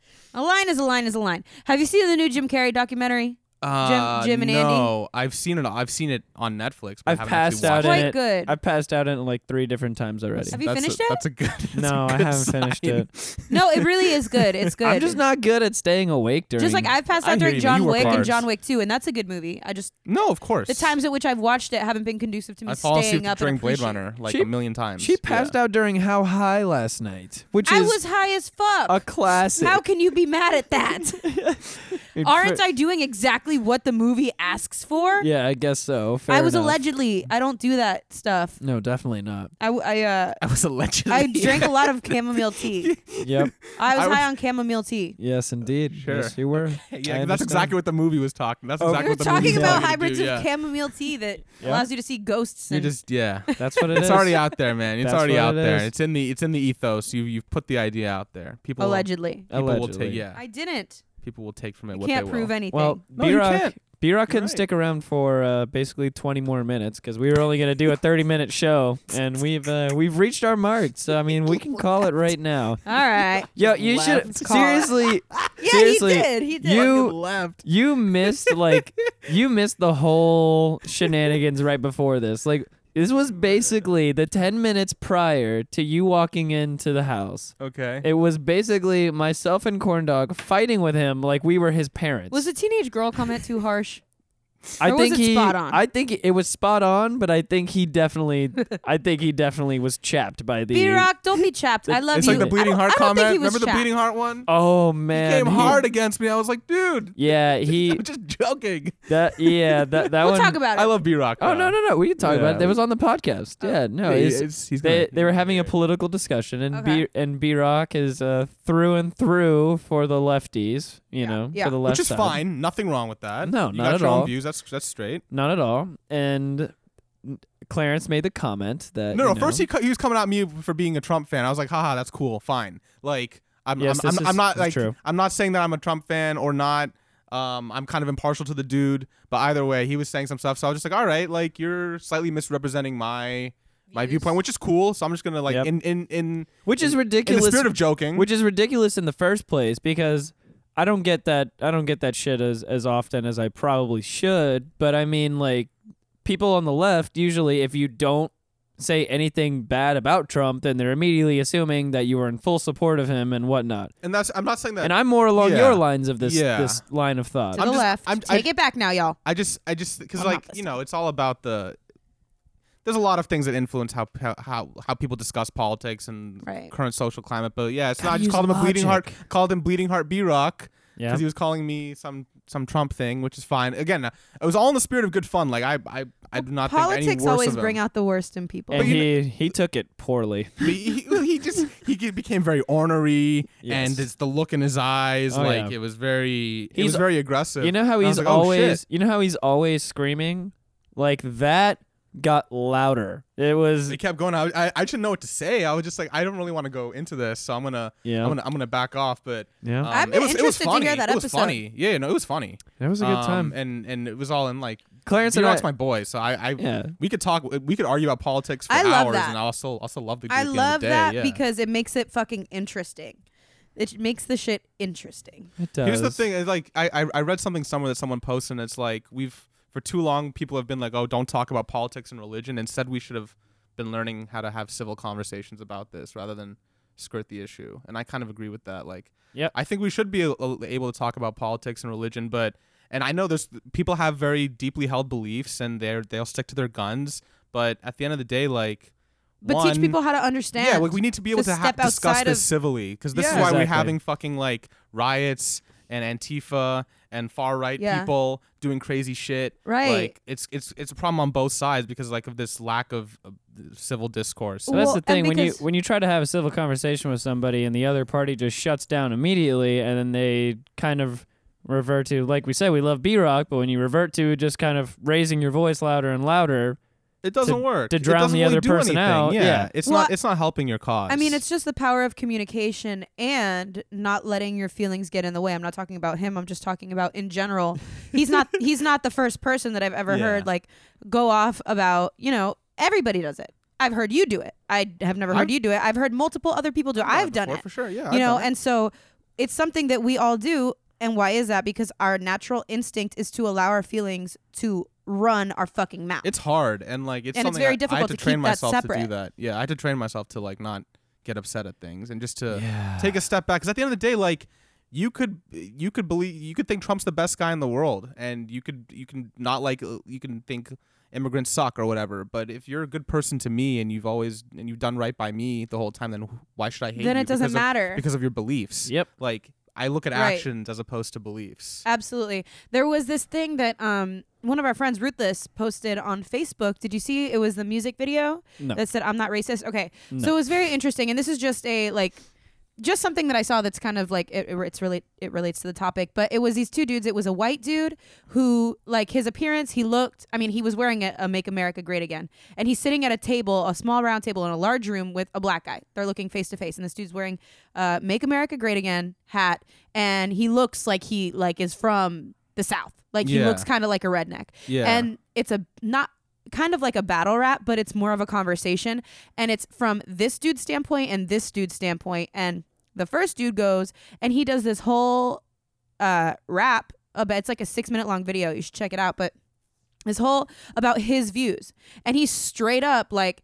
Speaker 3: a line is a line is a line. Have you seen the new Jim Carrey documentary?
Speaker 4: Uh,
Speaker 3: Jim and
Speaker 4: no,
Speaker 3: Andy?
Speaker 4: I've seen it. I've seen it on Netflix. But I
Speaker 2: I've
Speaker 4: haven't actually
Speaker 2: passed out
Speaker 4: watched
Speaker 2: in
Speaker 3: Quite
Speaker 2: it.
Speaker 3: good.
Speaker 2: I've passed out in it like three different times already.
Speaker 3: Have you
Speaker 4: That's a-
Speaker 3: finished it?
Speaker 4: That's a good. that's a
Speaker 2: No, I
Speaker 4: good
Speaker 2: haven't finished
Speaker 4: sign.
Speaker 2: it.
Speaker 3: No, it really is good. It's good.
Speaker 2: I'm just not good at staying awake during.
Speaker 3: Just like I've passed
Speaker 4: I
Speaker 3: out
Speaker 4: hear
Speaker 3: during
Speaker 4: you,
Speaker 3: John
Speaker 4: you work
Speaker 3: Wick and
Speaker 4: hard.
Speaker 3: John Wick 2, and that's a good movie. I just
Speaker 4: No, of course.
Speaker 3: the times at which I've watched it haven't been conducive to me
Speaker 4: I fall asleep
Speaker 3: staying up
Speaker 4: during
Speaker 3: and
Speaker 4: Blade
Speaker 3: appreciate-
Speaker 4: Runner like
Speaker 2: She-
Speaker 4: a million times.
Speaker 2: She passed out during How High last night, which
Speaker 3: I
Speaker 2: is
Speaker 3: was high as fuck.
Speaker 2: a classic.
Speaker 3: How can you be mad at that?
Speaker 2: mean,
Speaker 3: Aren't
Speaker 2: for-
Speaker 3: I doing exactly what the movie asks for?
Speaker 2: Yeah, I guess so. Fair
Speaker 3: I was
Speaker 2: enough.
Speaker 3: allegedly. I don't do that stuff.
Speaker 2: No, definitely not.
Speaker 3: I, w- I, uh,
Speaker 4: I was allegedly.
Speaker 3: I drank a lot of chamomile tea.
Speaker 2: Yep.
Speaker 3: I was
Speaker 4: I was-
Speaker 3: high on chamomile tea.
Speaker 2: yes, indeed.
Speaker 4: Sure.
Speaker 2: Yes, you were. I
Speaker 4: yeah,
Speaker 2: understand.
Speaker 4: that's exactly what the movie was talking. That's
Speaker 2: Oh, Back
Speaker 4: exactly
Speaker 3: We were
Speaker 4: what the movie
Speaker 3: talking
Speaker 4: was
Speaker 3: about
Speaker 4: to do,
Speaker 3: hybrids
Speaker 4: yeah.
Speaker 3: of chamomile tea that
Speaker 2: Yeah.
Speaker 3: allows you to see ghosts.
Speaker 4: You're
Speaker 3: And
Speaker 4: just yeah.
Speaker 2: That's what it
Speaker 4: It's
Speaker 2: is.
Speaker 4: already out there, man. It's
Speaker 2: That's
Speaker 4: already
Speaker 2: what
Speaker 4: out
Speaker 2: it
Speaker 4: there.
Speaker 2: is.
Speaker 4: It's in the it's in the ethos. You you've put the idea out there. People
Speaker 3: allegedly,
Speaker 4: Will, people will
Speaker 2: Allegedly.
Speaker 4: take yeah.
Speaker 3: I didn't.
Speaker 4: People will take from it
Speaker 3: I
Speaker 4: what
Speaker 3: can't
Speaker 4: they
Speaker 3: prove
Speaker 4: will.
Speaker 3: anything.
Speaker 2: Well,
Speaker 4: No,
Speaker 2: B
Speaker 4: you
Speaker 2: Rock
Speaker 4: can't.
Speaker 2: B Rock couldn't
Speaker 4: right.
Speaker 2: stick around for uh, basically 20 more minutes because we were only gonna do a 30 minute show, and we've uh, we've reached our mark. So I mean, we can call it right now.
Speaker 3: all right.
Speaker 2: Yo, you should
Speaker 1: Left.
Speaker 2: seriously.
Speaker 3: Yeah,
Speaker 2: seriously,
Speaker 3: he did. He did.
Speaker 2: You
Speaker 4: left.
Speaker 2: You missed like you missed the whole shenanigans right before this. Like this was basically the 10 minutes prior to you walking into the house.
Speaker 4: Okay.
Speaker 2: It was basically myself and Corndog fighting with him like we were his parents.
Speaker 3: was the teenage girl comment too harsh?
Speaker 2: I
Speaker 3: or was
Speaker 2: think
Speaker 3: it
Speaker 2: he
Speaker 3: spot on?
Speaker 2: I think it was spot on, but I think he definitely I think he definitely was chapped by the
Speaker 3: B Rock, don't be chapped. I love
Speaker 4: It's
Speaker 3: you.
Speaker 4: like the
Speaker 3: I
Speaker 4: bleeding
Speaker 3: don't- I
Speaker 4: heart
Speaker 3: don't
Speaker 4: comment.
Speaker 3: think he was
Speaker 4: Remember the
Speaker 3: chapped.
Speaker 4: bleeding heart one?
Speaker 2: Oh man.
Speaker 4: Came
Speaker 2: he-
Speaker 4: hard against me. I was like, dude,
Speaker 2: Yeah, he
Speaker 4: I'm just joking.
Speaker 2: that yeah, that that
Speaker 3: We'll
Speaker 2: one
Speaker 3: talk about it.
Speaker 4: I love B Rock.
Speaker 2: Oh no no no! We can talk about it.
Speaker 4: Uh, Yeah. Oh.
Speaker 2: That was on the podcast. Yeah, no, it's,
Speaker 4: he's
Speaker 2: they
Speaker 4: gonna-
Speaker 2: they were having a political discussion, and
Speaker 3: Okay.
Speaker 2: B and B Rock is uh, through and through for the lefties. You know,
Speaker 3: yeah.
Speaker 2: for the left
Speaker 4: which is
Speaker 2: side.
Speaker 4: fine. Nothing wrong with that.
Speaker 2: No,
Speaker 4: you
Speaker 2: not
Speaker 4: got
Speaker 2: at
Speaker 4: your
Speaker 2: all.
Speaker 4: Own views. That's that's straight.
Speaker 2: Not at all. And Clarence made the comment that
Speaker 4: No, no.
Speaker 2: Uh, you
Speaker 4: First,
Speaker 2: know-
Speaker 4: he, co- he was coming at me for being a Trump fan. I was like, haha, that's cool. Fine. Like, I'm
Speaker 2: Yes,
Speaker 4: I'm,
Speaker 2: this
Speaker 4: I'm,
Speaker 2: is-
Speaker 4: I'm not
Speaker 2: is
Speaker 4: like
Speaker 2: true.
Speaker 4: I'm not saying that I'm a Trump fan or not. Um, I'm kind of impartial to the dude, but either way, he was saying some stuff. So I was just like, all right, like you're slightly misrepresenting my my viewpoint, which is cool. So I'm just gonna like
Speaker 2: Yep.
Speaker 4: in in in
Speaker 2: which is
Speaker 4: in the
Speaker 2: ridiculous.
Speaker 4: spirit of joking.
Speaker 2: which is ridiculous in the first place because I don't get that I don't get that shit as as often as I probably should. But I mean, like people on the left usually, if you don't say anything bad about Trump, then they're immediately assuming that you were in full support of him and whatnot.
Speaker 4: and that's I'm not saying that.
Speaker 2: And I'm more along
Speaker 4: Uh, Yeah.
Speaker 2: your lines of this
Speaker 4: Yeah.
Speaker 2: this line of thought.
Speaker 3: To
Speaker 4: I'm
Speaker 3: the
Speaker 4: just-
Speaker 3: left.
Speaker 4: I'm- I-
Speaker 3: Take it back now, y'all.
Speaker 4: I just, I just, because
Speaker 3: I'm not
Speaker 4: like you
Speaker 3: listening.
Speaker 4: know, it's all about the. There's a lot of things that influence how how how, how people discuss politics and
Speaker 3: Right.
Speaker 4: current social climate, but yeah, it's not. I
Speaker 2: use
Speaker 4: just called him a bleeding heart.
Speaker 2: logic.
Speaker 4: Called him bleeding heart B Rock
Speaker 2: Yeah,
Speaker 4: because he was calling me some some Trump thing, which is fine. Again, uh, it was all in the spirit of good fun. Like I I, I do not
Speaker 3: Politics
Speaker 4: think any worse
Speaker 3: always
Speaker 4: of him.
Speaker 3: bring out the worst in people.
Speaker 2: and
Speaker 4: you
Speaker 2: he he took it poorly.
Speaker 4: But he, he he just he ge- became very ornery
Speaker 2: Yes.
Speaker 4: and it's the look in his eyes
Speaker 2: Oh,
Speaker 4: like
Speaker 2: yeah.
Speaker 4: it was very it
Speaker 2: He's-
Speaker 4: was very aggressive.
Speaker 2: You know how
Speaker 4: And I
Speaker 2: he's
Speaker 4: was like, oh, shit.
Speaker 2: always you know how he's always screaming like that got louder. It was
Speaker 4: it kept going. I, I I didn't know what to say. I was just like, I don't really want to go into this, so I'm gonna
Speaker 2: Yeah.
Speaker 4: I'm gonna I'm gonna back off. But
Speaker 2: Yeah.
Speaker 4: um,
Speaker 3: I'm
Speaker 4: it was, it was
Speaker 3: interested to
Speaker 4: funny.
Speaker 3: hear that
Speaker 4: it was
Speaker 3: episode.
Speaker 4: funny. Yeah, no, it was funny.
Speaker 2: it was a good
Speaker 4: Um,
Speaker 2: time.
Speaker 4: and and it was all in like
Speaker 2: Clarence and
Speaker 4: D-Rock's
Speaker 2: I-
Speaker 4: my boy, so I, I
Speaker 2: Yeah.
Speaker 4: we could talk, we could argue about politics for
Speaker 3: I love
Speaker 4: hours,
Speaker 3: that.
Speaker 4: and I also also love the. dude
Speaker 3: I
Speaker 4: at the end of
Speaker 3: love
Speaker 4: the day,
Speaker 3: that
Speaker 4: yeah.
Speaker 3: because it makes it fucking interesting. It makes the shit interesting.
Speaker 2: It does.
Speaker 4: Here's the thing: is like I, I I read something somewhere that someone posted, and it's like we've for too long people have been like, oh, don't talk about politics and religion. Instead, we should have been learning how to have civil conversations about this rather than skirt the issue. And I kind of agree with that. Like,
Speaker 2: Yep.
Speaker 4: I think we should be a- a- able to talk about politics and religion, but and I know there's people have very deeply held beliefs, and they're they'll stick to their guns. But at the end of the day, like,
Speaker 3: But
Speaker 4: one,
Speaker 3: teach people how to understand.
Speaker 4: yeah, like we need to be able
Speaker 3: to
Speaker 4: to ha-
Speaker 3: step
Speaker 4: discuss
Speaker 3: outside
Speaker 4: this
Speaker 3: of-
Speaker 4: civilly because this
Speaker 2: Yeah.
Speaker 4: is why
Speaker 2: Exactly.
Speaker 4: we're having fucking like riots and Antifa and far right
Speaker 3: Yeah.
Speaker 4: people doing crazy shit.
Speaker 3: Right.
Speaker 4: Like it's it's it's a problem on both sides because like of this lack of uh, civil discourse.
Speaker 2: So that's
Speaker 3: Well,
Speaker 2: the
Speaker 3: and
Speaker 2: thing when you
Speaker 3: because-
Speaker 2: when you try to have a civil conversation with somebody and the other party just shuts down immediately and then they kind of revert to like we said we love B-rock but when you revert to just kind of raising your voice louder and louder
Speaker 4: It doesn't work
Speaker 2: to
Speaker 4: It
Speaker 2: drown
Speaker 4: doesn't
Speaker 2: the
Speaker 4: really
Speaker 2: other
Speaker 4: do
Speaker 2: person
Speaker 4: anything.
Speaker 2: out,
Speaker 4: Yeah.
Speaker 2: yeah.
Speaker 4: It's
Speaker 3: Well,
Speaker 4: not it's not helping your cause.
Speaker 3: I mean, it's just the power of communication and not letting your feelings get in the way. I'm not talking about him. I'm just talking about in general. He's not he's not the first person that I've ever
Speaker 4: Yeah.
Speaker 3: heard like go off about, you know, everybody does it. I've heard you do it. I have never heard
Speaker 4: I've-
Speaker 3: you do it. I've heard multiple other people do it. I've done
Speaker 4: before,
Speaker 3: it.
Speaker 4: for sure. Yeah.
Speaker 3: you
Speaker 4: I've
Speaker 3: know,
Speaker 4: done it.
Speaker 3: and so it's something that we all do. And why is that? Because our natural instinct is to allow our feelings to run our fucking mouth.
Speaker 4: it's hard and like it's
Speaker 3: And it's
Speaker 4: something
Speaker 3: very
Speaker 4: I- I
Speaker 3: difficult
Speaker 4: had to,
Speaker 3: to
Speaker 4: train
Speaker 3: keep that
Speaker 4: myself to do
Speaker 3: separate.
Speaker 4: that. Yeah, I had to train myself to like not get upset at things and just to take a step back. Because at the end of the day, like you could you could believe you could think Trump's the best guy in the world, and you could you can not like uh, you can think immigrants suck or whatever. But if you're a good person to me and you've always and you've done right by me the whole time, then wh- why should I hate
Speaker 3: then
Speaker 4: you
Speaker 3: it doesn't
Speaker 4: because of-
Speaker 3: matter.
Speaker 4: because of your beliefs.
Speaker 2: Yep.
Speaker 4: Like I look at
Speaker 3: Right. Uh,
Speaker 4: actions as opposed to beliefs.
Speaker 3: Absolutely. There was this thing that um one of our friends, Ruthless, posted on Facebook. Did you see it was the music video
Speaker 2: No.
Speaker 3: that said I'm not racist? Okay.
Speaker 2: No.
Speaker 3: So it was very interesting and this is just a like just something that I saw that's kind of like it, it- it's relate it relates to the topic, but it was these two dudes. It was a white dude who like his appearance, he looked. I mean, he was wearing a, a "Make America Great Again," and he's sitting at a table, a small round table in a large room with a black guy. They're looking face to face, and this dude's wearing uh, "Make America Great Again" hat, and he looks like he like is from the South. Like he
Speaker 4: Yeah.
Speaker 3: looks kind of like a redneck
Speaker 4: Yeah.
Speaker 3: and it's a not kind of like a battle rap but it's more of a conversation and it's from this dude's standpoint and this dude's standpoint and the first dude goes and he does this whole uh rap about it's like a six minute long video you should check it out but this whole about his views and he straight up like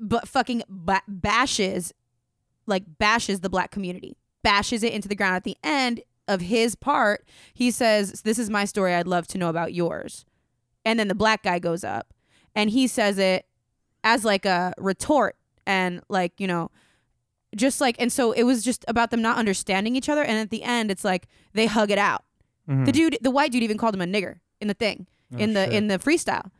Speaker 3: but fucking ba- bashes like bashes the black community bashes it into the ground at the end of his part he says this is my story i'd love to know about yours and then the black guy goes up and he says it as like a retort and like you know just like and so it was just about them not understanding each other and at the end it's like they hug it out
Speaker 4: Mm-hmm.
Speaker 3: the
Speaker 4: Hmm.
Speaker 3: dude the white dude even called him a nigger in the thing
Speaker 4: Oh,
Speaker 3: in the in the freestyle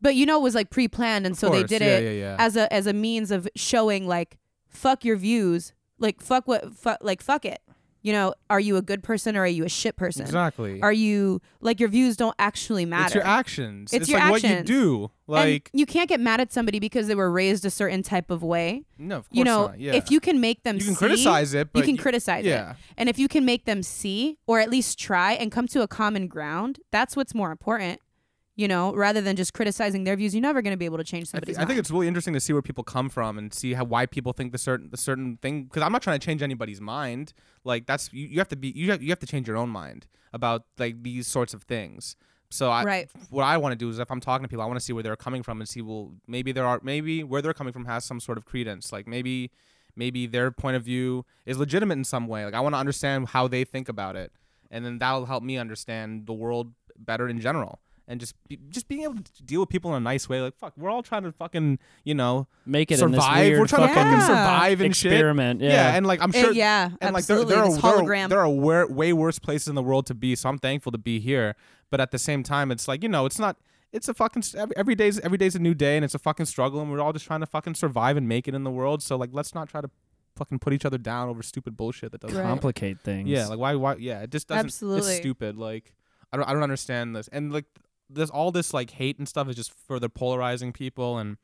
Speaker 3: but you know it was like pre-planned and so they
Speaker 4: course.
Speaker 3: did
Speaker 4: Yeah,
Speaker 3: it
Speaker 4: yeah, yeah.
Speaker 3: as a as a means of showing like fuck your views like fuck what fu- like fuck it you know are you a good person or are you a shit person
Speaker 4: exactly.
Speaker 3: are you like your views don't actually matter
Speaker 4: It's your actions.
Speaker 3: It's
Speaker 4: It's,
Speaker 3: your
Speaker 4: like what you
Speaker 3: actions.
Speaker 4: do. Like
Speaker 3: and you can't get mad at somebody because they were raised a certain type of way.
Speaker 4: no, of course
Speaker 3: You know,
Speaker 4: not. Yeah.
Speaker 3: if you can make them
Speaker 4: You can
Speaker 3: see,
Speaker 4: criticize it,
Speaker 3: you
Speaker 4: but
Speaker 3: can
Speaker 4: you-
Speaker 3: criticize
Speaker 4: yeah.
Speaker 3: it. And if you can make them see or at least try and come to a common ground, that's what's more important. You know, rather than just criticizing their views, you're never going to be able to change
Speaker 4: I, thi-
Speaker 3: somebody's
Speaker 4: I think
Speaker 3: mind.
Speaker 4: it's really interesting to see where people come from and see how why people think the certain the certain thing. Because I'm not trying to change anybody's mind. Like that's you, you have to be you have, you have to change your own mind about like these sorts of things. So I,
Speaker 3: Right.
Speaker 4: what I want to do is if I'm talking to people, I want to see where they're coming from and see well maybe there are maybe where they're coming from has some sort of credence. Like maybe maybe their point of view is legitimate in some way. Like I want to understand how they think about it, and then that'll help me understand the world better in general. And just be, just being able to deal with people in a nice way. Like fuck, we're all trying to fucking you know
Speaker 2: make it in this
Speaker 4: survive.
Speaker 2: weird
Speaker 4: We're trying to
Speaker 2: fucking
Speaker 4: fucking
Speaker 3: Yeah.
Speaker 4: survive and shit.
Speaker 2: experiment
Speaker 4: Yeah.
Speaker 2: yeah,
Speaker 4: and like I'm
Speaker 3: Eh,
Speaker 4: sure.
Speaker 3: yeah,
Speaker 4: and like there,
Speaker 3: absolutely.
Speaker 4: there are
Speaker 3: this
Speaker 4: there are-
Speaker 3: hologram.
Speaker 4: there are wor- way worse places in the world to be. So I'm thankful to be here. But at the same time, it's like you know, it's not. It's a fucking s- every, every day's every day's a new day, and it's a fucking struggle, and we're all just trying to fucking survive and make it in the world. So like, let's not try to fucking put each other down over stupid bullshit that doesn't.
Speaker 3: Right.
Speaker 4: happen.
Speaker 2: complicate things
Speaker 4: Yeah, like why why yeah, it just doesn't
Speaker 3: Absolutely.
Speaker 4: it's stupid. Like I don't I don't understand this. And like this all this like hate and stuff is just further polarizing people and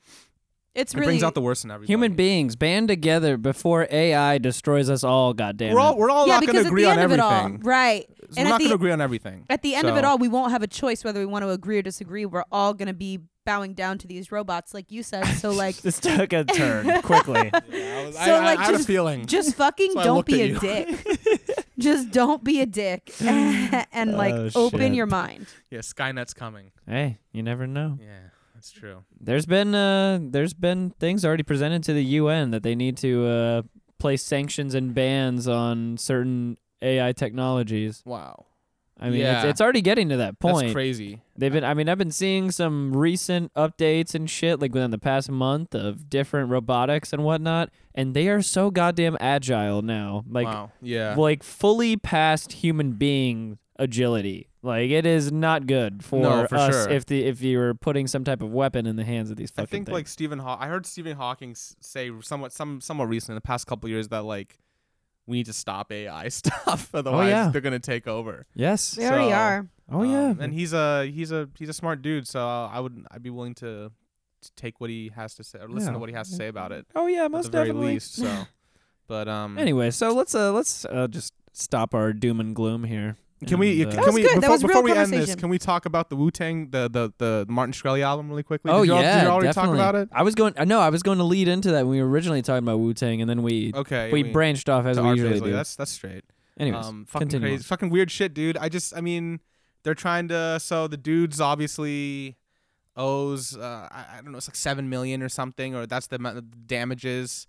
Speaker 3: It's
Speaker 4: it
Speaker 3: really
Speaker 4: brings out the worst in everybody.
Speaker 2: human beings band together before AI destroys us all goddamn
Speaker 4: We're all we're all
Speaker 3: yeah,
Speaker 4: not going
Speaker 3: because
Speaker 4: to
Speaker 3: at
Speaker 4: agree
Speaker 3: the
Speaker 4: on
Speaker 3: end of it
Speaker 4: everything.
Speaker 3: all, right?
Speaker 4: We're
Speaker 3: and at
Speaker 4: not going to
Speaker 3: the e
Speaker 4: agree on everything.
Speaker 3: At the end of
Speaker 4: So-
Speaker 3: it all, we won't have a choice whether we want to agree or disagree. We're all going to be bowing down to these robots, like you said. So, like,
Speaker 2: this took a turn quickly
Speaker 4: Yeah, I, was,
Speaker 3: So,
Speaker 4: I,
Speaker 3: like,
Speaker 4: I, I had a
Speaker 3: just-
Speaker 4: feeling.
Speaker 3: just fucking
Speaker 4: So I
Speaker 3: don't
Speaker 4: looked
Speaker 3: be
Speaker 4: at
Speaker 3: a
Speaker 4: you.
Speaker 3: dick. just don't be a dick and like
Speaker 2: Oh,
Speaker 3: open
Speaker 2: shit.
Speaker 3: your mind.
Speaker 4: yeah, Skynet's coming.
Speaker 2: hey you never know
Speaker 4: Yeah, that's true.
Speaker 2: There's been uh, there's been things already presented to the UN that they need to uh, place sanctions and bans on certain AI technologies.
Speaker 4: Wow.
Speaker 2: I mean, it's,
Speaker 4: Yeah.
Speaker 2: it's already getting to that point.
Speaker 4: That's crazy.
Speaker 2: They've been. I mean, I've been seeing some recent updates and shit like within the past month of different robotics and whatnot, and they are so goddamn agile now. Like,
Speaker 4: wow. Yeah.
Speaker 2: like fully past human being agility. Like, it is not good for,
Speaker 4: No, for
Speaker 2: us
Speaker 4: sure.
Speaker 2: if the if you were putting some type of weapon in the hands of these
Speaker 4: I
Speaker 2: fucking
Speaker 4: think
Speaker 2: things.
Speaker 4: like Stephen Haw- I heard Stephen Hawking s- say somewhat some somewhat recently in the past couple years that like we need to stop AI stuff otherwise
Speaker 2: Oh, yeah.
Speaker 4: they're going to take over.
Speaker 2: yes.
Speaker 3: They already
Speaker 4: So-
Speaker 3: are.
Speaker 2: Oh
Speaker 4: Um,
Speaker 2: yeah.
Speaker 4: And he's a he's a he's a smart dude so I would I'd be willing to, to take what he has to say or listen
Speaker 2: Yeah.
Speaker 4: to what he has to say about it
Speaker 2: oh yeah. Most
Speaker 4: at the very
Speaker 2: definitely.
Speaker 4: least so but um
Speaker 2: Anyway, so let's uh let's uh just stop our doom and gloom here.
Speaker 4: Can we?
Speaker 2: And, uh,
Speaker 4: can
Speaker 3: was
Speaker 4: we?
Speaker 3: good. That
Speaker 4: Before,
Speaker 3: was real
Speaker 4: before we end this,
Speaker 3: conversation.
Speaker 4: can we talk about the Wu Tang, the, the the Martin Shkreli album, really quickly?
Speaker 2: oh
Speaker 4: did you all,
Speaker 2: yeah,
Speaker 4: did you already
Speaker 2: definitely.
Speaker 4: talk about it?
Speaker 2: I was going. I know I was going to lead into that when we were originally talking about Wu Tang, and then we
Speaker 4: Okay,
Speaker 2: we branched off as
Speaker 4: to
Speaker 2: we
Speaker 4: Art
Speaker 2: usually
Speaker 4: Basel.
Speaker 2: do.
Speaker 4: That's that's straight.
Speaker 2: Anyways,
Speaker 4: um, fucking
Speaker 2: continue.
Speaker 4: crazy, fucking weird shit, dude. I just, I mean, they're trying to. So the dude's obviously owes, uh, I, I don't know, it's like seven million or something, or that's the amount of damages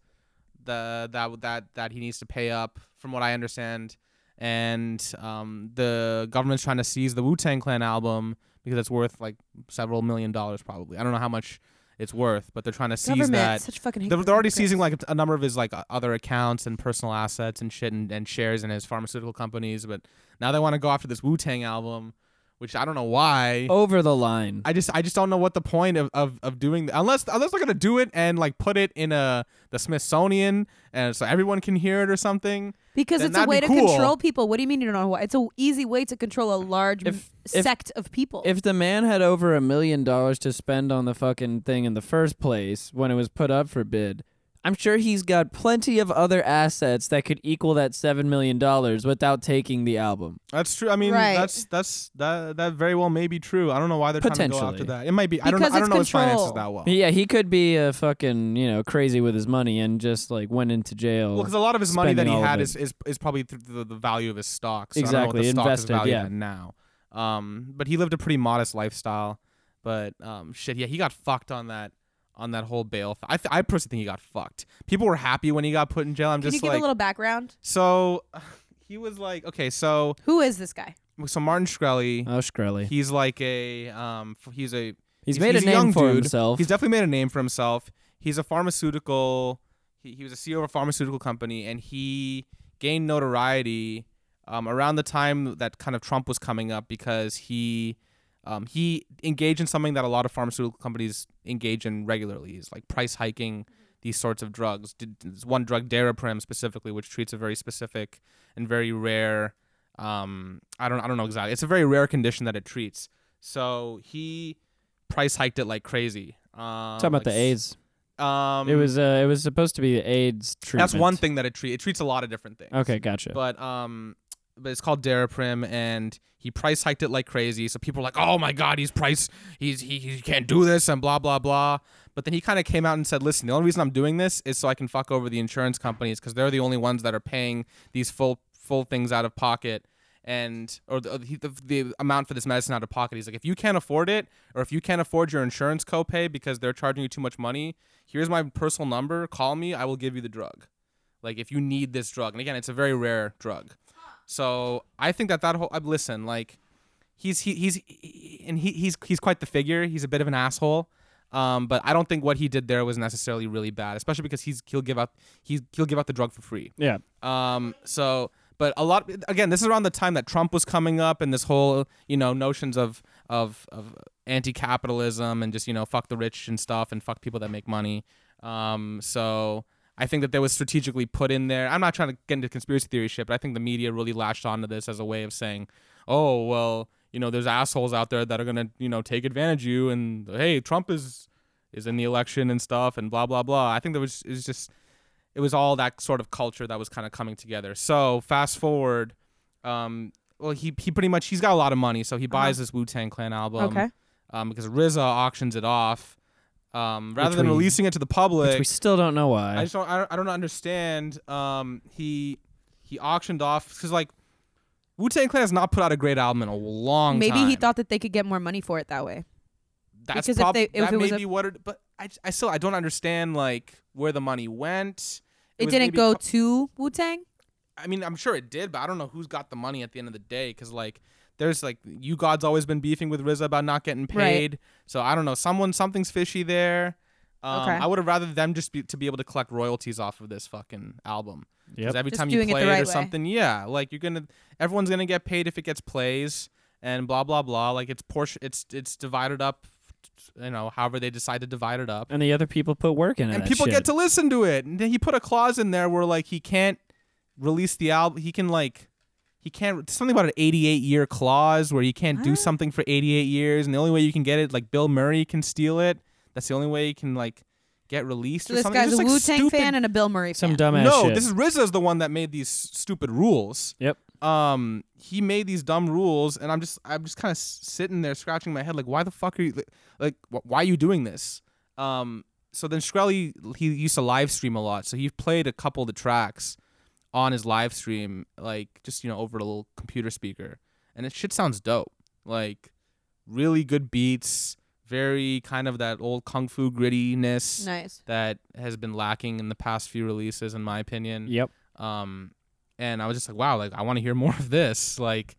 Speaker 4: the that that that he needs to pay up, from what I understand. And um, the government's trying to seize the Wu Tang Clan album because it's worth like several million dollars, probably. I don't know how much it's worth, but they're trying to seize
Speaker 3: Government,
Speaker 4: that
Speaker 3: such fucking.
Speaker 4: they're, they're already seizing like a number of his like o- other accounts and personal assets and shit and, and shares in his pharmaceutical companies but now they want to go after this wu-tang album which i don't know why
Speaker 3: Oh.
Speaker 2: Over the line.
Speaker 4: i just i just don't know what the point of, of, of doing th- unless unless they're gonna do it and like put it in a the smithsonian and so everyone can hear it or something
Speaker 3: because
Speaker 4: then
Speaker 3: it's a
Speaker 4: that'd
Speaker 3: way
Speaker 4: be
Speaker 3: to
Speaker 4: cool.
Speaker 3: control people. What do you mean you don't know why? It's an easy way to control a large m-
Speaker 2: If- if-
Speaker 3: sect of people.
Speaker 2: if the man had over a million dollars to spend on the fucking thing in the first place when it was put up for bid, I'm sure he's got plenty of other assets that could equal that seven million dollars without taking the album.
Speaker 4: that's true i mean
Speaker 3: Right.
Speaker 4: that's that's that that very well may be true i don't know why they're trying to go after
Speaker 2: Potentially.
Speaker 4: that it might be i don't know
Speaker 3: Because
Speaker 4: i don't
Speaker 3: it's
Speaker 4: know his finances
Speaker 3: control.
Speaker 4: that well
Speaker 2: Yeah, he could be a fucking you know crazy with his money and just like went into jail.
Speaker 4: Well, because a lot of his money that
Speaker 2: spending
Speaker 4: he
Speaker 2: all of
Speaker 4: had
Speaker 2: it.
Speaker 4: is, is is probably th- the, the value of his stocks. So I
Speaker 2: Exactly,
Speaker 4: don't know what the
Speaker 2: invested,
Speaker 4: stock is valued
Speaker 2: yeah.
Speaker 4: at now. Um, but he lived a pretty modest lifestyle. But um, shit, yeah, he got fucked on that on that whole bail. Th- I th- I personally think he got fucked. People were happy when he got put in jail. I'm
Speaker 3: Can you
Speaker 4: just
Speaker 3: give
Speaker 4: like,
Speaker 3: a little background?
Speaker 4: so he was like, okay, so
Speaker 3: Who is this guy?
Speaker 4: so Martin Shkreli,
Speaker 2: oh Shkreli,
Speaker 4: he's like a um, f- he's a
Speaker 2: he's,
Speaker 4: he's-
Speaker 2: made
Speaker 4: he's
Speaker 2: a
Speaker 4: a
Speaker 2: name
Speaker 4: young
Speaker 2: for
Speaker 4: dude.
Speaker 2: himself.
Speaker 4: He's definitely made a name for himself. He's a pharmaceutical. He, he was a CEO of a pharmaceutical company, and he gained notoriety um, around the time that kind of Trump was coming up because he um, he engaged in something that a lot of pharmaceutical companies engage in regularly. Is like price hiking these sorts of drugs. Did this one drug Daraprim specifically, which treats a very specific and very rare. Um, I don't I don't know exactly. It's a very rare condition that it treats. So he price hiked it like crazy. Um,
Speaker 2: Talking about the AIDS.
Speaker 4: Um,
Speaker 2: it was uh, it was supposed to be the AIDS treatment.
Speaker 4: that's one thing that it treats. It treats a lot of different things.
Speaker 2: Okay, gotcha.
Speaker 4: But um, but it's called Daraprim, and he price hiked it like crazy. So people are like, "Oh my God, he's price, he's he, he can't do this," and blah blah blah. But then he kind of came out and said, "Listen, the only reason I'm doing this is so I can fuck over the insurance companies because they're the only ones that are paying these full full things out of pocket." And or the, he- the, the amount for this medicine out of pocket. He's like, if you can't afford it, or if you can't afford your insurance copay because they're charging you too much money, here's my personal number. Call me. I will give you the drug like if you need this drug and again it's a very rare drug so i think that that whole I- listen like he's he, he's he- and he, he's he's quite the figure he's a bit of an asshole um, but i don't think what he did there was necessarily really bad especially because he's he'll give out he's, he'll give out the drug for free
Speaker 2: yeah,
Speaker 4: um, so, but a lot again, this is around the time that Trump was coming up and this whole you know notions of of of anti-capitalism and just you know fuck the rich and stuff and fuck people that make money. Um, so I think that that was strategically put in there. I'm not trying to get into conspiracy theory shit, but I think the media really latched onto this as a way of saying, oh well, you know, there's assholes out there that are gonna you know take advantage of you and hey, Trump is is in the election and stuff and blah blah blah. I think that was is just it was all that sort of culture that was kind of coming together. So fast forward, um, well, he he pretty much he's got a lot of money, so he
Speaker 2: Uh-huh.
Speaker 4: buys this Wu Tang Clan album.
Speaker 3: Okay.
Speaker 4: Um, because RZA auctions it off, um, rather
Speaker 2: Which
Speaker 4: than
Speaker 2: we-
Speaker 4: releasing it to the public.
Speaker 2: which we still don't know why.
Speaker 4: I just don't. I don't, I don't understand. Um, he he auctioned off because like Wu Tang Clan has not put out a great album in a long
Speaker 3: Maybe
Speaker 4: time.
Speaker 3: he thought that they could get more money for it that way.
Speaker 4: that's
Speaker 3: because if
Speaker 4: prob-
Speaker 3: they- if
Speaker 4: that
Speaker 3: it
Speaker 4: may
Speaker 3: was a-
Speaker 4: be what. It, but I, I still I don't understand like where the money went.
Speaker 3: It,
Speaker 4: was
Speaker 3: didn't
Speaker 4: maybe
Speaker 3: go
Speaker 4: co-
Speaker 3: to Wu Tang.
Speaker 4: I mean, I'm sure it did, but I don't know who's got the money at the end of the day because like There's like you God's always been beefing with RZA about not getting
Speaker 3: Right.
Speaker 4: paid. So I don't know. Someone something's fishy there. Um,
Speaker 3: Okay.
Speaker 4: I would have rather them just be, to be able to collect royalties off of this fucking album. 'Cause
Speaker 2: Yep.
Speaker 4: every
Speaker 3: Just
Speaker 4: time you
Speaker 3: doing it the
Speaker 4: play it,
Speaker 3: right
Speaker 4: or
Speaker 3: way.
Speaker 4: something, yeah, like you're gonna everyone's gonna get paid if it gets plays and blah blah blah. Like it's portion, it's it's divided up, you know, however they decide to divide it up,
Speaker 2: and the other people put work into
Speaker 4: and
Speaker 2: that
Speaker 4: people
Speaker 2: shit.
Speaker 4: get to listen to it. And then he put a clause in there where like he can't release the album. He can like. He can't something about an 88 year clause where you can't do
Speaker 3: Huh?
Speaker 4: something for 88 years, and the only way you can get it, like Bill Murray can steal it. That's the only way you can like get released
Speaker 3: So
Speaker 4: or
Speaker 3: this
Speaker 4: something.
Speaker 3: guy's
Speaker 4: It's
Speaker 3: a
Speaker 4: just, like,
Speaker 3: Wu Tang
Speaker 4: stupid
Speaker 3: fan and a Bill Murray
Speaker 2: some
Speaker 3: fan.
Speaker 2: dumbass
Speaker 4: no,
Speaker 2: shit.
Speaker 4: this is RZA's the one that made these stupid rules.
Speaker 2: Yep.
Speaker 4: Um, he made these dumb rules, and I'm just, I'm just kind of sitting there scratching my head, like, why the fuck are you, like, wh- why are you doing this? Um, so then Shkreli, he used to live stream a lot, so he played a couple of the tracks on his live stream, like just you know over a little computer speaker, and it shit sounds dope, like really good beats, very kind of that old kung fu grittiness
Speaker 3: Nice.
Speaker 4: that has been lacking in the past few releases, in my opinion.
Speaker 2: Yep.
Speaker 4: Um, and I was just like, wow, like I want to hear more of this. Like,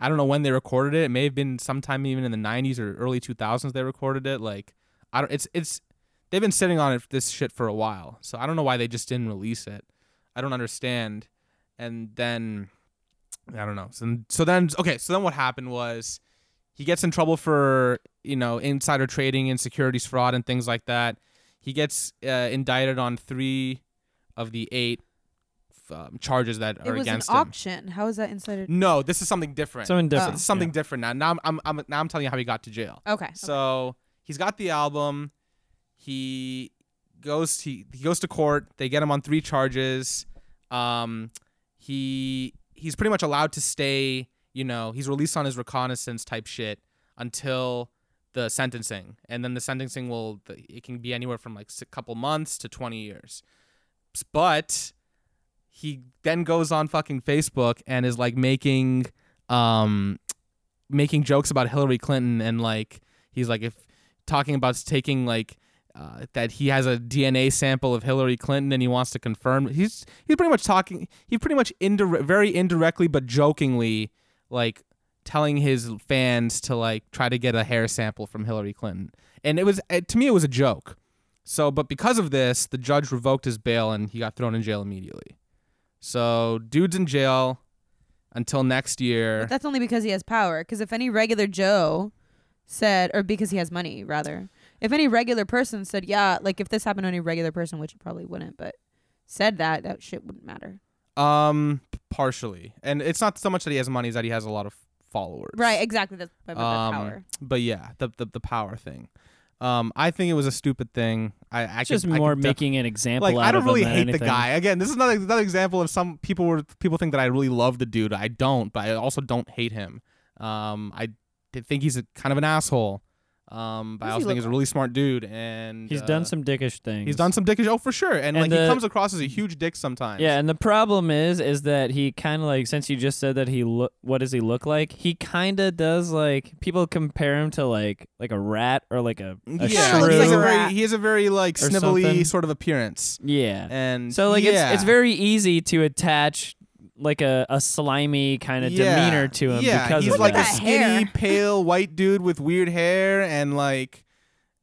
Speaker 4: I don't know when they recorded it. It may have been sometime even in the '90s or early 2000s they recorded it. Like, I don't. It's it's they've been sitting on it this shit for a while. So I don't know why they just didn't release it. I don't understand. And then I don't know. So so then okay. So then what happened was he gets in trouble for you know insider trading and securities fraud and things like that. He gets uh, indicted on three of the eight um, charges that
Speaker 3: It
Speaker 4: are
Speaker 3: was an
Speaker 4: against him.
Speaker 3: auction. How is that insider?
Speaker 4: No, this is something different.
Speaker 2: Something
Speaker 3: Oh.
Speaker 2: different.
Speaker 4: It's something different now. Now I'm, I'm, I'm now I'm telling you how he got to jail.
Speaker 3: Okay.
Speaker 4: So he's got the album. He goes he, he goes to court. They get him on three charges. Um, he he's pretty much allowed to stay. You know, he's released on his reconnaissance type shit until the sentencing, and then the sentencing will it can be anywhere from like a couple months to twenty years. But he then goes on fucking Facebook and is like making um making jokes about Hillary Clinton and like he's like if talking about taking like uh, that he has a DNA sample of Hillary Clinton and he wants to confirm he's he's pretty much talking he pretty much indir- very indirectly but jokingly like telling his fans to like try to get a hair sample from Hillary Clinton and it was it, to me it was a joke so but because of this the judge revoked his bail and he got thrown in jail immediately so dude's in jail until next year
Speaker 3: But that's only because he has power. Because if any regular Joe said, or because he has money, rather, if any regular person said, yeah, like if this happened to any regular person, which it probably wouldn't, but said that, that shit wouldn't matter.
Speaker 4: Um, partially, and it's not so much that he has money; is that he has a lot of followers.
Speaker 3: Right, exactly. That's about
Speaker 4: Um,
Speaker 3: that power.
Speaker 4: But yeah, the, the the power thing. Um, I think it was a stupid thing. I, I
Speaker 2: It's just
Speaker 4: could- I
Speaker 2: more
Speaker 4: could def-
Speaker 2: making an example.
Speaker 4: like I
Speaker 2: out
Speaker 4: don't
Speaker 2: of
Speaker 4: really
Speaker 2: him
Speaker 4: hate
Speaker 2: than
Speaker 4: the
Speaker 2: anything.
Speaker 4: guy. Again, this is another another example of some people were people think that I really love the dude. I don't, but I also don't hate him. Um, I d- think he's a, kind of an asshole. Um,
Speaker 3: What does he
Speaker 4: but I also think
Speaker 3: look
Speaker 4: he's a really smart dude, and
Speaker 2: He's
Speaker 4: uh,
Speaker 2: done some dickish things.
Speaker 4: He's done some dickish. Oh, for sure,
Speaker 2: And
Speaker 4: and, like he
Speaker 2: the-
Speaker 4: comes across as a huge dick sometimes.
Speaker 2: Yeah, and the problem is, is that he kind of like since you just said that he look, what does he look like? He kind of does like people compare him to like like a rat or like a, a
Speaker 4: yeah,
Speaker 2: shrew.
Speaker 4: he's like a
Speaker 3: shrew.
Speaker 4: very, he has a very like
Speaker 2: Or
Speaker 4: snivelly
Speaker 2: something.
Speaker 4: sort of appearance,
Speaker 2: yeah.
Speaker 4: and
Speaker 2: so like
Speaker 4: yeah.
Speaker 2: it's it's very easy to attach like a, a slimy kind of
Speaker 4: Yeah.
Speaker 2: demeanor to him
Speaker 4: Yeah,
Speaker 2: because
Speaker 4: he's
Speaker 2: of
Speaker 4: like
Speaker 2: that.
Speaker 4: a
Speaker 3: that
Speaker 4: skinny,
Speaker 3: hair.
Speaker 4: pale white dude with weird hair and like,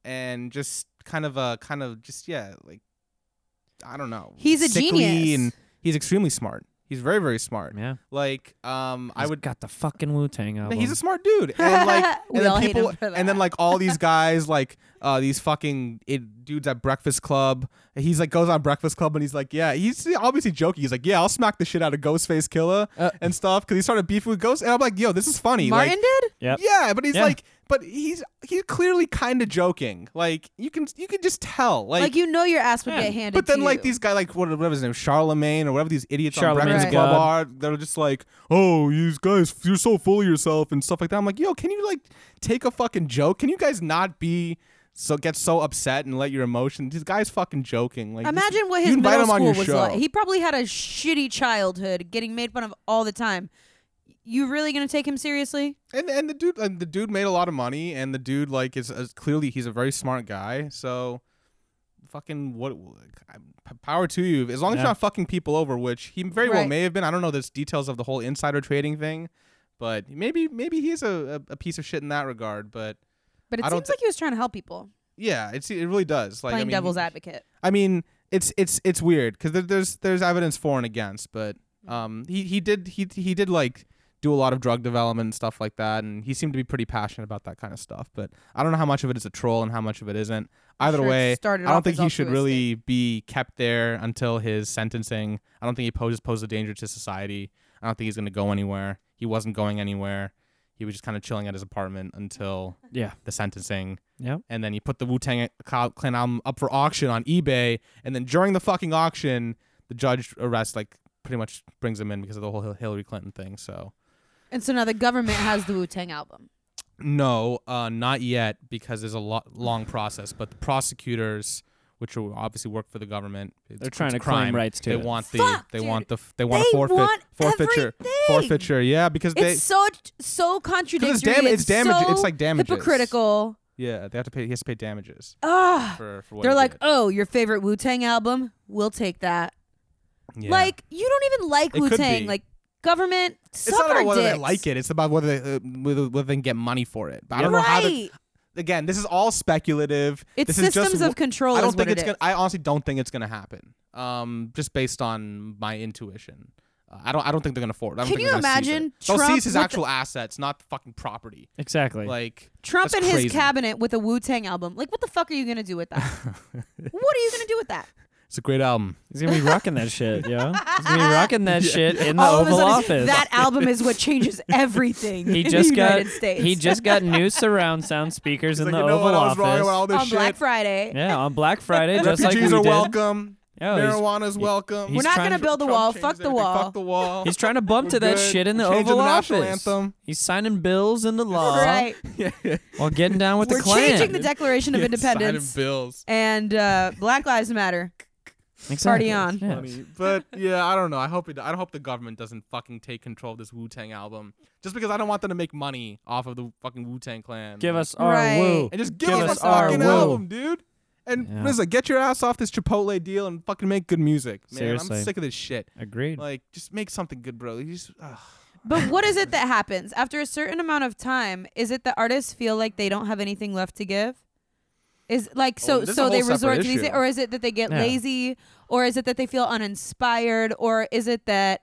Speaker 4: and just kind of a kind of just yeah, like I don't know.
Speaker 3: He's a
Speaker 4: sickly
Speaker 3: genius.
Speaker 4: and he's extremely smart. He's very very smart.
Speaker 2: yeah.
Speaker 4: Like um, I
Speaker 2: He's
Speaker 4: would
Speaker 2: got the fucking Wu Tang
Speaker 4: No,
Speaker 2: album.
Speaker 4: he's a smart dude, and like,
Speaker 3: We
Speaker 4: and then
Speaker 3: all hate
Speaker 4: people,
Speaker 3: him for
Speaker 4: and then
Speaker 3: that.
Speaker 4: like all these guys, like uh, these fucking it, dudes at Breakfast Club. He's like goes on Breakfast Club, and he's like, yeah, he's obviously joking. He's like, yeah, I'll smack the shit out of Ghostface Killer
Speaker 2: Uh.
Speaker 4: and stuff, because he started beefing with Ghost, and I'm like, yo, this is funny.
Speaker 3: Martin
Speaker 4: like,
Speaker 3: did?
Speaker 2: Yep.
Speaker 4: yeah, but he's
Speaker 2: Yeah.
Speaker 4: like, but he's he's clearly kind of joking. Like you can you can just tell.
Speaker 3: Like,
Speaker 4: Like,
Speaker 3: you know your ass would
Speaker 2: Yeah.
Speaker 3: get handed
Speaker 4: but then
Speaker 3: to
Speaker 4: like
Speaker 3: you.
Speaker 4: these guys, like what whatever his name, Charlemagne or whatever these idiots on
Speaker 2: Charlemagne's
Speaker 4: Breakfast
Speaker 3: Right.
Speaker 4: Club
Speaker 2: God.
Speaker 4: are, they're just like, oh, these guys, you're so full of yourself and stuff like that. I'm like, yo, can you like take a fucking joke? Can you guys not be so get so upset and let your emotions? This guy's fucking joking. Like, this-
Speaker 3: Imagine what
Speaker 4: you
Speaker 3: his
Speaker 4: invite
Speaker 3: middle
Speaker 4: him on
Speaker 3: school
Speaker 4: your
Speaker 3: was
Speaker 4: show.
Speaker 3: like. He probably had a shitty childhood, getting made fun of all the time. You really gonna take him seriously?
Speaker 4: and and the dude, and the dude made a lot of money, and the dude like is, is clearly he's a very smart guy. So, fucking what? p- Power to you. As long as
Speaker 2: Yeah.
Speaker 4: you're not fucking people over, which he very well
Speaker 3: Right.
Speaker 4: may have been. I don't know the details of the whole insider trading thing, But maybe maybe he's a, a, a piece of shit in that regard. But
Speaker 3: But it
Speaker 4: I don't
Speaker 3: seems like he was trying to help people,
Speaker 4: yeah, it's it really does. Like
Speaker 3: playing
Speaker 4: I mean,
Speaker 3: devil's
Speaker 4: he-
Speaker 3: advocate.
Speaker 4: I mean, it's it's it's weird because there, there's there's evidence for and against, but um, he he did he he did like do a lot of drug development and stuff like that, and he seemed to be pretty passionate about that kind of stuff. But I don't know how much of it is a troll and how much of it isn't. Either
Speaker 3: sure it
Speaker 4: way, I
Speaker 3: started off
Speaker 4: don't think
Speaker 3: as
Speaker 4: he should
Speaker 3: altruistic.
Speaker 4: really be kept there until his sentencing. I don't think he poses poses a danger to society. I don't think he's gonna go anywhere. He wasn't going anywhere. He was just kind of chilling at his apartment until
Speaker 2: Yeah.
Speaker 4: the sentencing.
Speaker 2: Yep.
Speaker 4: And then you put the Wu Tang Clan album up for auction on eBay, and then during the fucking auction, the judge arrests like pretty much brings him in because of the whole Hil- Hillary Clinton thing. So
Speaker 3: And so now the government has the Wu Tang album.
Speaker 4: no, uh, not yet because there's a lot long process. But the prosecutors, which will obviously work for the government, it's,
Speaker 2: They're trying
Speaker 4: it's
Speaker 2: to
Speaker 4: a
Speaker 2: claim
Speaker 4: crime.
Speaker 2: rights to
Speaker 4: they
Speaker 2: it.
Speaker 4: want the
Speaker 3: Fuck,
Speaker 4: they
Speaker 3: dude.
Speaker 4: want the f- they want a
Speaker 3: They
Speaker 4: forfeit
Speaker 3: want
Speaker 4: forfeiture
Speaker 3: everything.
Speaker 4: forfeiture yeah because they
Speaker 3: it's so so contradictory.
Speaker 4: because it's dam- it's damage
Speaker 3: so
Speaker 4: it's like damages
Speaker 3: hypocritical.
Speaker 4: yeah they have to pay he has to pay damages
Speaker 3: Ugh.
Speaker 4: for, for what
Speaker 3: They're
Speaker 4: he
Speaker 3: like,
Speaker 4: did.
Speaker 3: oh, your favorite Wu Tang album? We'll take that.
Speaker 4: Yeah.
Speaker 3: Like, you don't even like
Speaker 4: It
Speaker 3: Wu
Speaker 4: could
Speaker 3: Tang.
Speaker 4: be.
Speaker 3: Like, government,
Speaker 4: It's not about whether they like it. It's about whether they, uh, whether, whether they can get money for it. But I don't know how. they-
Speaker 3: Right.
Speaker 4: Again, this is all speculative.
Speaker 3: It's
Speaker 4: this is
Speaker 3: systems
Speaker 4: just,
Speaker 3: of control.
Speaker 4: I
Speaker 3: is
Speaker 4: don't think
Speaker 3: what
Speaker 4: it's
Speaker 3: it
Speaker 4: gonna.
Speaker 3: is.
Speaker 4: I honestly don't think it's gonna happen. Um, just based on my intuition, uh, I don't. I don't think they're gonna afford. it. I don't
Speaker 3: Can
Speaker 4: think
Speaker 3: you
Speaker 4: they're gonna seize it.
Speaker 3: imagine
Speaker 4: They'll
Speaker 3: Trump
Speaker 4: seize his
Speaker 3: with
Speaker 4: actual assets, not the fucking property.
Speaker 2: Exactly.
Speaker 4: Like
Speaker 3: Trump
Speaker 4: That's
Speaker 3: and his
Speaker 4: crazy.
Speaker 3: cabinet with a Wu Tang album. Like, what the fuck are you gonna do with that? what are you gonna do with that?
Speaker 4: it's a great album.
Speaker 2: He's gonna be rocking that shit, yo. He's gonna be rocking that shit in the
Speaker 3: All of a
Speaker 2: Oval
Speaker 3: sudden,
Speaker 2: Office.
Speaker 3: that album is what changes everything.
Speaker 2: he
Speaker 3: in
Speaker 2: just
Speaker 3: the
Speaker 2: got
Speaker 3: United States.
Speaker 2: he just got new surround sound speakers in
Speaker 4: It's
Speaker 2: the
Speaker 4: like, you know
Speaker 2: Oval
Speaker 4: what? I was wrong
Speaker 2: Office.
Speaker 4: about all this
Speaker 3: on
Speaker 4: shit.
Speaker 3: Black Friday.
Speaker 2: yeah, on Black Friday, just like we
Speaker 4: Refugees
Speaker 2: did.
Speaker 4: are welcome.
Speaker 2: Yo, he's-
Speaker 4: Marijuana is welcome.
Speaker 2: he's
Speaker 3: We're not
Speaker 2: trying
Speaker 3: gonna
Speaker 2: to-
Speaker 3: build a
Speaker 4: Trump
Speaker 3: wall.
Speaker 4: changes
Speaker 3: Fuck the
Speaker 4: everything.
Speaker 3: wall.
Speaker 4: Fuck the wall.
Speaker 2: He's trying to bump
Speaker 4: We're
Speaker 2: to that
Speaker 4: good.
Speaker 2: shit in the
Speaker 4: We're changing
Speaker 2: Oval
Speaker 4: the
Speaker 2: Office.
Speaker 4: national anthem.
Speaker 2: He's signing bills in the law
Speaker 3: Right.
Speaker 2: while getting down with
Speaker 3: We're
Speaker 2: the Klan.
Speaker 3: changing the Declaration of
Speaker 4: Yeah,
Speaker 3: Independence
Speaker 4: Signing bills.
Speaker 3: and uh, Black Lives Matter.
Speaker 2: Exactly.
Speaker 3: Party on.
Speaker 2: Yeah.
Speaker 4: funny. But yeah, I don't know. I hope it, I hope the government doesn't fucking take control of this Wu Tang album, just because I don't want them to make money off of the fucking Wu Tang Clan.
Speaker 2: Give
Speaker 4: Like,
Speaker 2: us our
Speaker 3: Right.
Speaker 2: woo.
Speaker 4: and just give,
Speaker 2: give
Speaker 4: us,
Speaker 2: us
Speaker 4: the
Speaker 2: our
Speaker 4: fucking
Speaker 2: will.
Speaker 4: album, dude. And
Speaker 2: Yeah.
Speaker 4: RZA, get your ass off this Chipotle deal and fucking make good music, man.
Speaker 2: Seriously.
Speaker 4: I'm sick of this shit.
Speaker 2: Agreed.
Speaker 4: Like, just make something good, bro. You just, ugh.
Speaker 3: But what is it that happens after a certain amount of time? Is it that artists feel like they don't have anything left to give? Is like so
Speaker 4: Oh, this is a
Speaker 3: so
Speaker 4: whole
Speaker 3: they
Speaker 4: separate
Speaker 3: resort to these,
Speaker 4: issue.
Speaker 3: or is it that they get
Speaker 2: Yeah.
Speaker 3: lazy, or is it that they feel uninspired, or is it that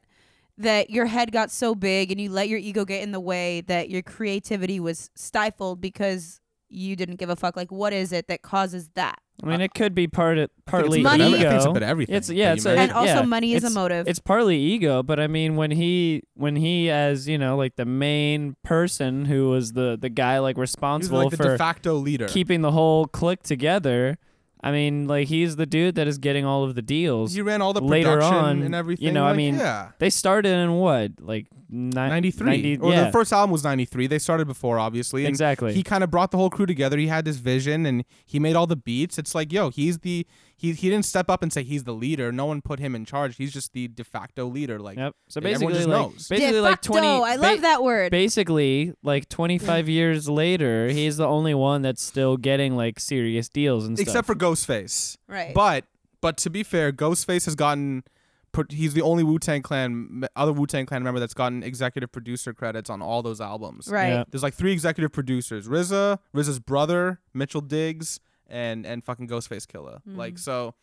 Speaker 3: that your head got so big and you let your ego get in the way that your creativity was stifled because you didn't give a fuck? Like, what is it that causes that?
Speaker 2: I mean, it could be part partly
Speaker 4: it's a bit
Speaker 3: of
Speaker 2: ego.
Speaker 3: every- I
Speaker 4: think it's a bit of everything
Speaker 2: It's yeah.
Speaker 4: that
Speaker 2: It's
Speaker 4: you
Speaker 2: a-
Speaker 4: mentioned.
Speaker 3: And also
Speaker 2: yeah,
Speaker 3: money is a
Speaker 2: it's-
Speaker 3: motive.
Speaker 2: It's partly ego, but I mean, when he when he as you know like the main person who was the the guy like
Speaker 4: He's
Speaker 2: responsible
Speaker 4: like the de
Speaker 2: for
Speaker 4: facto leader.
Speaker 2: keeping the whole clique together. I mean, like he's the dude that is getting all of the deals.
Speaker 4: he ran all the
Speaker 2: Later
Speaker 4: production
Speaker 2: on,
Speaker 4: and
Speaker 2: you
Speaker 4: everything.
Speaker 2: know, I
Speaker 4: like,
Speaker 2: mean,
Speaker 4: yeah.
Speaker 2: They started in what like ni-
Speaker 4: 93
Speaker 2: 90
Speaker 4: or
Speaker 2: yeah,
Speaker 4: their first album was 93 they started before obviously and
Speaker 2: Exactly.
Speaker 4: he kind of brought the whole crew together he had this vision and he made all the beats it's like yo he's the he, he didn't step up and say he's the leader no one put him in charge he's just the de facto leader like
Speaker 2: Yep. So
Speaker 4: everyone
Speaker 2: basically,
Speaker 4: just
Speaker 2: like,
Speaker 4: knows.
Speaker 2: basically
Speaker 3: De
Speaker 2: like
Speaker 3: facto.
Speaker 2: twenty.
Speaker 3: I love
Speaker 2: ba-
Speaker 3: that word.
Speaker 2: Basically, like twenty five years later, he's the only one that's still getting like serious deals and stuff.
Speaker 4: except for ghostface
Speaker 3: Right.
Speaker 4: but but to be fair ghostface has gotten pro- he's the only wu-tang clan other wu-tang clan member that's gotten executive producer credits on all those albums
Speaker 3: right.
Speaker 2: Yeah.
Speaker 4: There's like three executive producers: RZA, RZA's brother, Mitchell Diggs, and and fucking Ghostface Killer.
Speaker 3: Mm.
Speaker 4: Like so,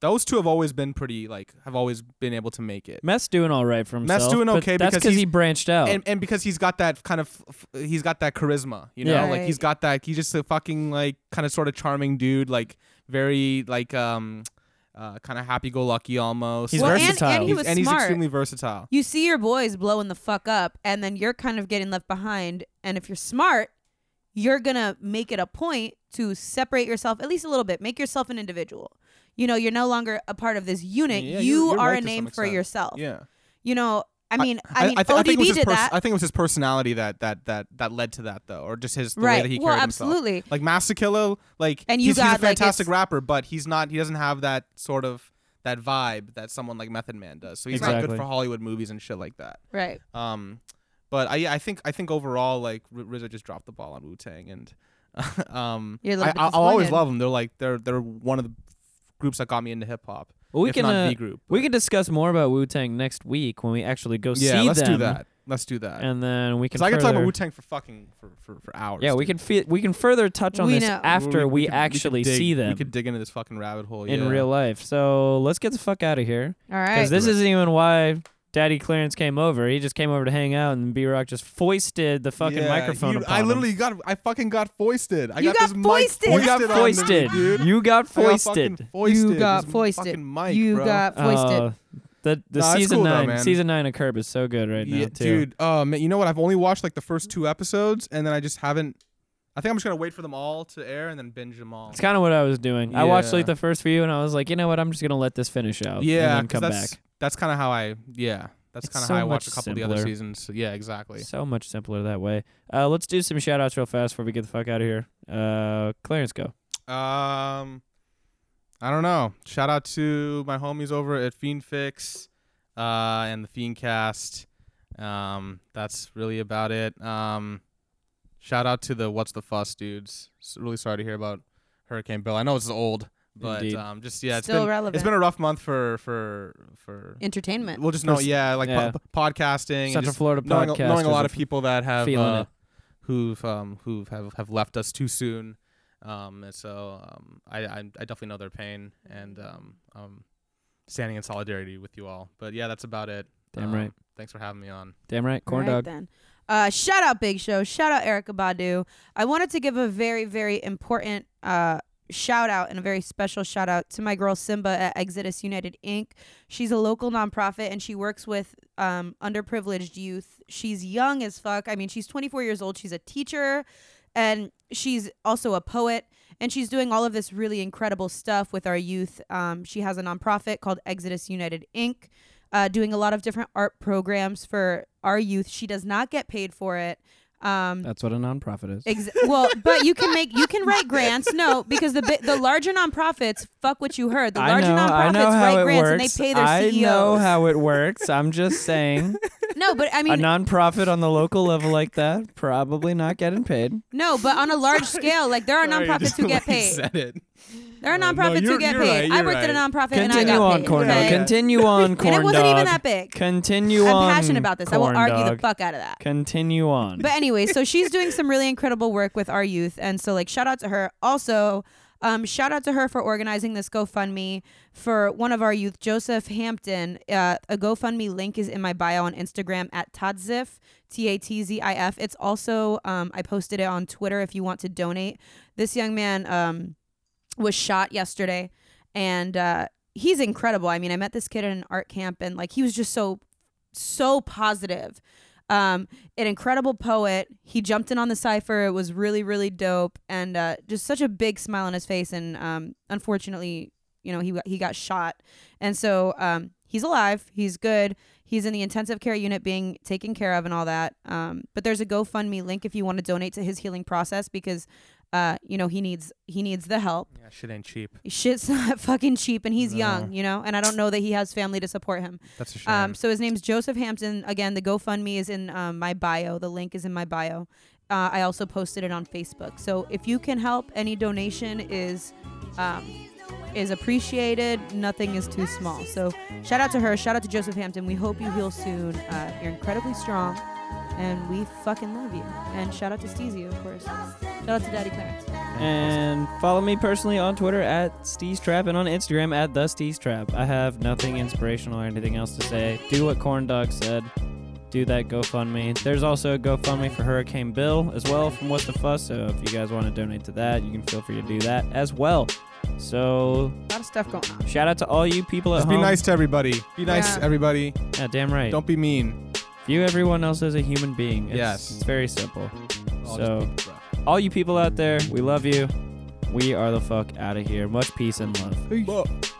Speaker 4: those two have always been pretty like have always been able to make it.
Speaker 2: Meth's doing all right for himself.
Speaker 4: Meth's doing
Speaker 2: but
Speaker 4: okay
Speaker 2: that's
Speaker 4: because
Speaker 2: he
Speaker 4: he's-
Speaker 2: branched out.
Speaker 4: And, and because he's got that kind of f- f- he's got that charisma, you know,
Speaker 2: Yeah.
Speaker 4: like he's
Speaker 3: Right.
Speaker 4: got that he's just a fucking like kind of sort of charming dude, like very like um uh kind of happy go lucky almost.
Speaker 2: He's
Speaker 3: well,
Speaker 4: like,
Speaker 3: and-
Speaker 2: versatile.
Speaker 3: And, he
Speaker 4: he's-
Speaker 3: was
Speaker 4: and he's
Speaker 3: smart.
Speaker 4: extremely versatile.
Speaker 3: you see your boys blowing the fuck up and then you're kind of getting left behind and if you're smart you're gonna make it a point to separate yourself at least a little bit make yourself an individual you know you're no longer a part of this unit
Speaker 4: Yeah,
Speaker 3: you
Speaker 4: you're- you're
Speaker 3: are
Speaker 4: right
Speaker 3: a
Speaker 4: to
Speaker 3: name
Speaker 4: some
Speaker 3: for
Speaker 4: extent.
Speaker 3: yourself
Speaker 4: Yeah.
Speaker 3: you know i mean i, mean
Speaker 4: I, thi- I think it
Speaker 3: odb
Speaker 4: was his
Speaker 3: did
Speaker 4: pers-
Speaker 3: that
Speaker 4: I think it was his personality that that that that led to that though, or just his the way
Speaker 3: right
Speaker 4: that he
Speaker 3: well
Speaker 4: carried himself.
Speaker 3: absolutely
Speaker 4: Like Master Killer, like
Speaker 3: And you
Speaker 4: he's, he's
Speaker 3: got,
Speaker 4: a
Speaker 3: like,
Speaker 4: fantastic
Speaker 3: it's-
Speaker 4: rapper, but he's not. He doesn't have that sort of that vibe that someone like Method Man does. So he's not
Speaker 2: Exactly.
Speaker 4: good for Hollywood movies and shit like that.
Speaker 3: right
Speaker 4: Um, but I yeah, I think I think overall like R- RZA just dropped the ball on Wu Tang and um
Speaker 3: You're a
Speaker 4: I,
Speaker 3: little bit
Speaker 4: I'll always
Speaker 3: disappointed.
Speaker 4: love them. They're like they're they're one of the groups that got me into hip hop.
Speaker 2: Well, we
Speaker 4: if
Speaker 2: can
Speaker 4: not
Speaker 2: uh,
Speaker 4: the group.
Speaker 2: we can discuss more about Wu Tang next week when we actually go
Speaker 4: yeah,
Speaker 2: see
Speaker 4: let's
Speaker 2: them.
Speaker 4: do that. Let's do that.
Speaker 2: and then we can.
Speaker 4: Because I can talk about
Speaker 2: further-
Speaker 4: Wu Tang for fucking for, for, for hours.
Speaker 2: Yeah, we can
Speaker 4: dude.
Speaker 2: fe- we can further touch on
Speaker 3: We
Speaker 2: this
Speaker 3: know.
Speaker 2: after we,
Speaker 4: could- could
Speaker 2: actually
Speaker 4: dig-
Speaker 2: see them
Speaker 4: We could dig into this fucking rabbit hole
Speaker 2: in
Speaker 4: Oh, yeah.
Speaker 2: real life. So let's get the fuck out of here
Speaker 3: All right.
Speaker 2: because this isn't even why Daddy Clarence came over. He just came over to hang out, and B Rock just foisted the fucking
Speaker 4: Yeah,
Speaker 2: microphone
Speaker 4: you-
Speaker 2: upon
Speaker 4: I
Speaker 2: him.
Speaker 4: literally got I fucking got foisted. I
Speaker 3: You
Speaker 4: got,
Speaker 3: got
Speaker 4: this mic
Speaker 3: foisted.
Speaker 2: you got
Speaker 4: on me,
Speaker 2: foisted.
Speaker 4: dude.
Speaker 2: You got
Speaker 4: I got fucking
Speaker 2: foisted.
Speaker 4: foisted.
Speaker 3: You got
Speaker 4: This
Speaker 3: foisted.
Speaker 4: fucking mic,
Speaker 3: you
Speaker 4: bro.
Speaker 3: got foisted.
Speaker 2: Uh, the the
Speaker 4: Nah, it's
Speaker 2: season
Speaker 4: cool though,
Speaker 2: nine
Speaker 4: man.
Speaker 2: season nine of Curb is so good right now
Speaker 4: Yeah,
Speaker 2: too.
Speaker 4: dude. Uh, man, you know what? I've only watched like the first two episodes, and then I just haven't. I think I'm just gonna wait for them all to air and then binge them all.
Speaker 2: It's kind of what I was doing. I watched
Speaker 4: Yeah.
Speaker 2: like the first few, and I was like, you know what? I'm just gonna let this finish out.
Speaker 4: yeah,
Speaker 2: and then
Speaker 4: 'cause
Speaker 2: come
Speaker 4: that's
Speaker 2: back.
Speaker 4: that's kind of how I yeah. That's
Speaker 2: It's
Speaker 4: kind of
Speaker 2: so
Speaker 4: how I watched a
Speaker 2: much
Speaker 4: couple of the other
Speaker 2: simpler.
Speaker 4: seasons. So, yeah, exactly.
Speaker 2: So much simpler that way. Uh, let's do some shout outs real fast before we get the fuck out of here. Uh, Clarence, go.
Speaker 4: Um, I don't know. Shout out to my homies over at Fiend Fix, uh, and the Fiend Cast. Um, that's really about it. Um, shout out to the What's the Fuss dudes. S- really sorry to hear about Hurricane Bill. I know it's old, but
Speaker 2: Indeed.
Speaker 4: um, just yeah, it's
Speaker 3: Still
Speaker 4: been
Speaker 3: relevant.
Speaker 4: it's been a rough month for for for.
Speaker 3: Entertainment.
Speaker 4: We'll just know,
Speaker 2: Pers-
Speaker 4: yeah, like
Speaker 2: yeah.
Speaker 4: po- podcasting, and
Speaker 2: Central
Speaker 4: just
Speaker 2: Florida
Speaker 4: knowing,
Speaker 2: podcast.
Speaker 4: knowing a lot of people that have
Speaker 2: feeling
Speaker 4: uh,
Speaker 2: it.
Speaker 4: who've um who've have, have left us too soon um and so um I, I i definitely know their pain and um um standing in solidarity with you all but yeah that's about it
Speaker 2: Damn
Speaker 4: Um,
Speaker 2: right.
Speaker 4: thanks for having me on
Speaker 2: Damn right, corn
Speaker 3: All
Speaker 2: dog.
Speaker 3: right, Then. Uh, shout out Big Show. Shout out Erica Badu. I wanted to give a very, very important uh, shout out and a very special shout out to my girl Simba at Exodus United Inc. She's a local nonprofit and she works with um, underprivileged youth. She's young as fuck. I mean, she's 24 years old. She's a teacher and she's also a poet. And she's doing all of this really incredible stuff with our youth. Um, she has a nonprofit called Exodus United Inc uh, doing a lot of different art programs for our youth. She does not get paid for it. Um,
Speaker 2: That's what a nonprofit is.
Speaker 3: ex- well, but you can make you can write grants. No, because the bi- the larger nonprofits fuck what you heard. The
Speaker 2: I
Speaker 3: larger
Speaker 2: know, I
Speaker 3: nonprofits
Speaker 2: know how
Speaker 3: write
Speaker 2: it
Speaker 3: grants
Speaker 2: works.
Speaker 3: and they pay their
Speaker 2: I
Speaker 3: CEOs.
Speaker 2: know how it works. I'm just saying,
Speaker 3: no, but I
Speaker 2: a
Speaker 3: mean,
Speaker 2: nonprofit on the local level like that probably not getting paid.
Speaker 3: no, but on a large scale, like there are nonprofits who get paid.
Speaker 4: said it.
Speaker 3: There are
Speaker 4: No,
Speaker 3: nonprofits
Speaker 4: you're-
Speaker 3: who get
Speaker 4: you're right,
Speaker 3: paid. I
Speaker 4: you're
Speaker 3: worked at a
Speaker 4: right.
Speaker 3: nonprofit and I
Speaker 2: Continue
Speaker 3: got
Speaker 2: on,
Speaker 3: paid.
Speaker 2: corn dog.
Speaker 3: okay?
Speaker 2: Continue on, corn dog.
Speaker 3: And it wasn't even that big.
Speaker 2: Continue on.
Speaker 3: I'm passionate about this. I will
Speaker 2: corn
Speaker 3: argue
Speaker 2: dog.
Speaker 3: the fuck out of that.
Speaker 2: Continue on.
Speaker 3: But anyway, so she's doing some really incredible work with our youth, and so like shout out to her. Also, um, shout out to her for organizing this GoFundMe for one of our youth, Joseph Hampton. Uh, a GoFundMe link is in my bio on Instagram at Tadzif, T A T Z I F. It's also um, I posted it on Twitter if you want to donate. This young man um, was shot yesterday, and uh, he's incredible. I mean, I met this kid at an art camp, and like he was just so so positive. Um, an incredible poet. He jumped in on the cipher. It was really, really dope, and uh, just such a big smile on his face. And um, unfortunately, you know, he got- he got shot, and so um, he's alive. He's good. He's in the intensive care unit, being taken care of, and all that. Um, but there's a GoFundMe link if you want to donate to his healing process because, uh, you know, he needs he needs the help
Speaker 4: yeah shit ain't cheap
Speaker 3: shit's not fucking cheap and he's
Speaker 4: No.
Speaker 3: young, you know? And I don't know that he has family to support him.
Speaker 4: that's a shame
Speaker 3: Um, so his name's Joseph Hampton. Again, the GoFundMe is in um, my bio. The link is in my bio. Uh, I also posted it on Facebook. So if you can help, any donation is um, is appreciated. Nothing is too small. So shout out to her. Shout out to Joseph Hampton. We hope you heal soon. Uh, you're incredibly strong, and we fucking love you. And shout out to Steezy, of course. Shout out to Daddy Clarence.
Speaker 2: And follow me personally on Twitter at Steez Trap and on Instagram at the Steez Trap. I have nothing inspirational or anything else to say. Do what Corn Dog said. Do that GoFundMe. There's also a GoFundMe for Hurricane Bill as well from What the Fuss. So if you guys want to donate to that, you can feel free to do that as well. So
Speaker 3: A lot of stuff going on.
Speaker 2: shout out to all you people at
Speaker 4: just be
Speaker 2: home.
Speaker 4: nice to everybody be nice to
Speaker 3: Yeah.
Speaker 4: everybody
Speaker 2: Yeah, damn right.
Speaker 4: don't be mean
Speaker 2: View everyone else as a human being. It's,
Speaker 4: Yes.
Speaker 2: It's very simple.
Speaker 4: We're all
Speaker 2: So-
Speaker 4: just people,
Speaker 2: All you people out there, we love you. We are the fuck out of here. Much peace and love.
Speaker 4: bro. Peace.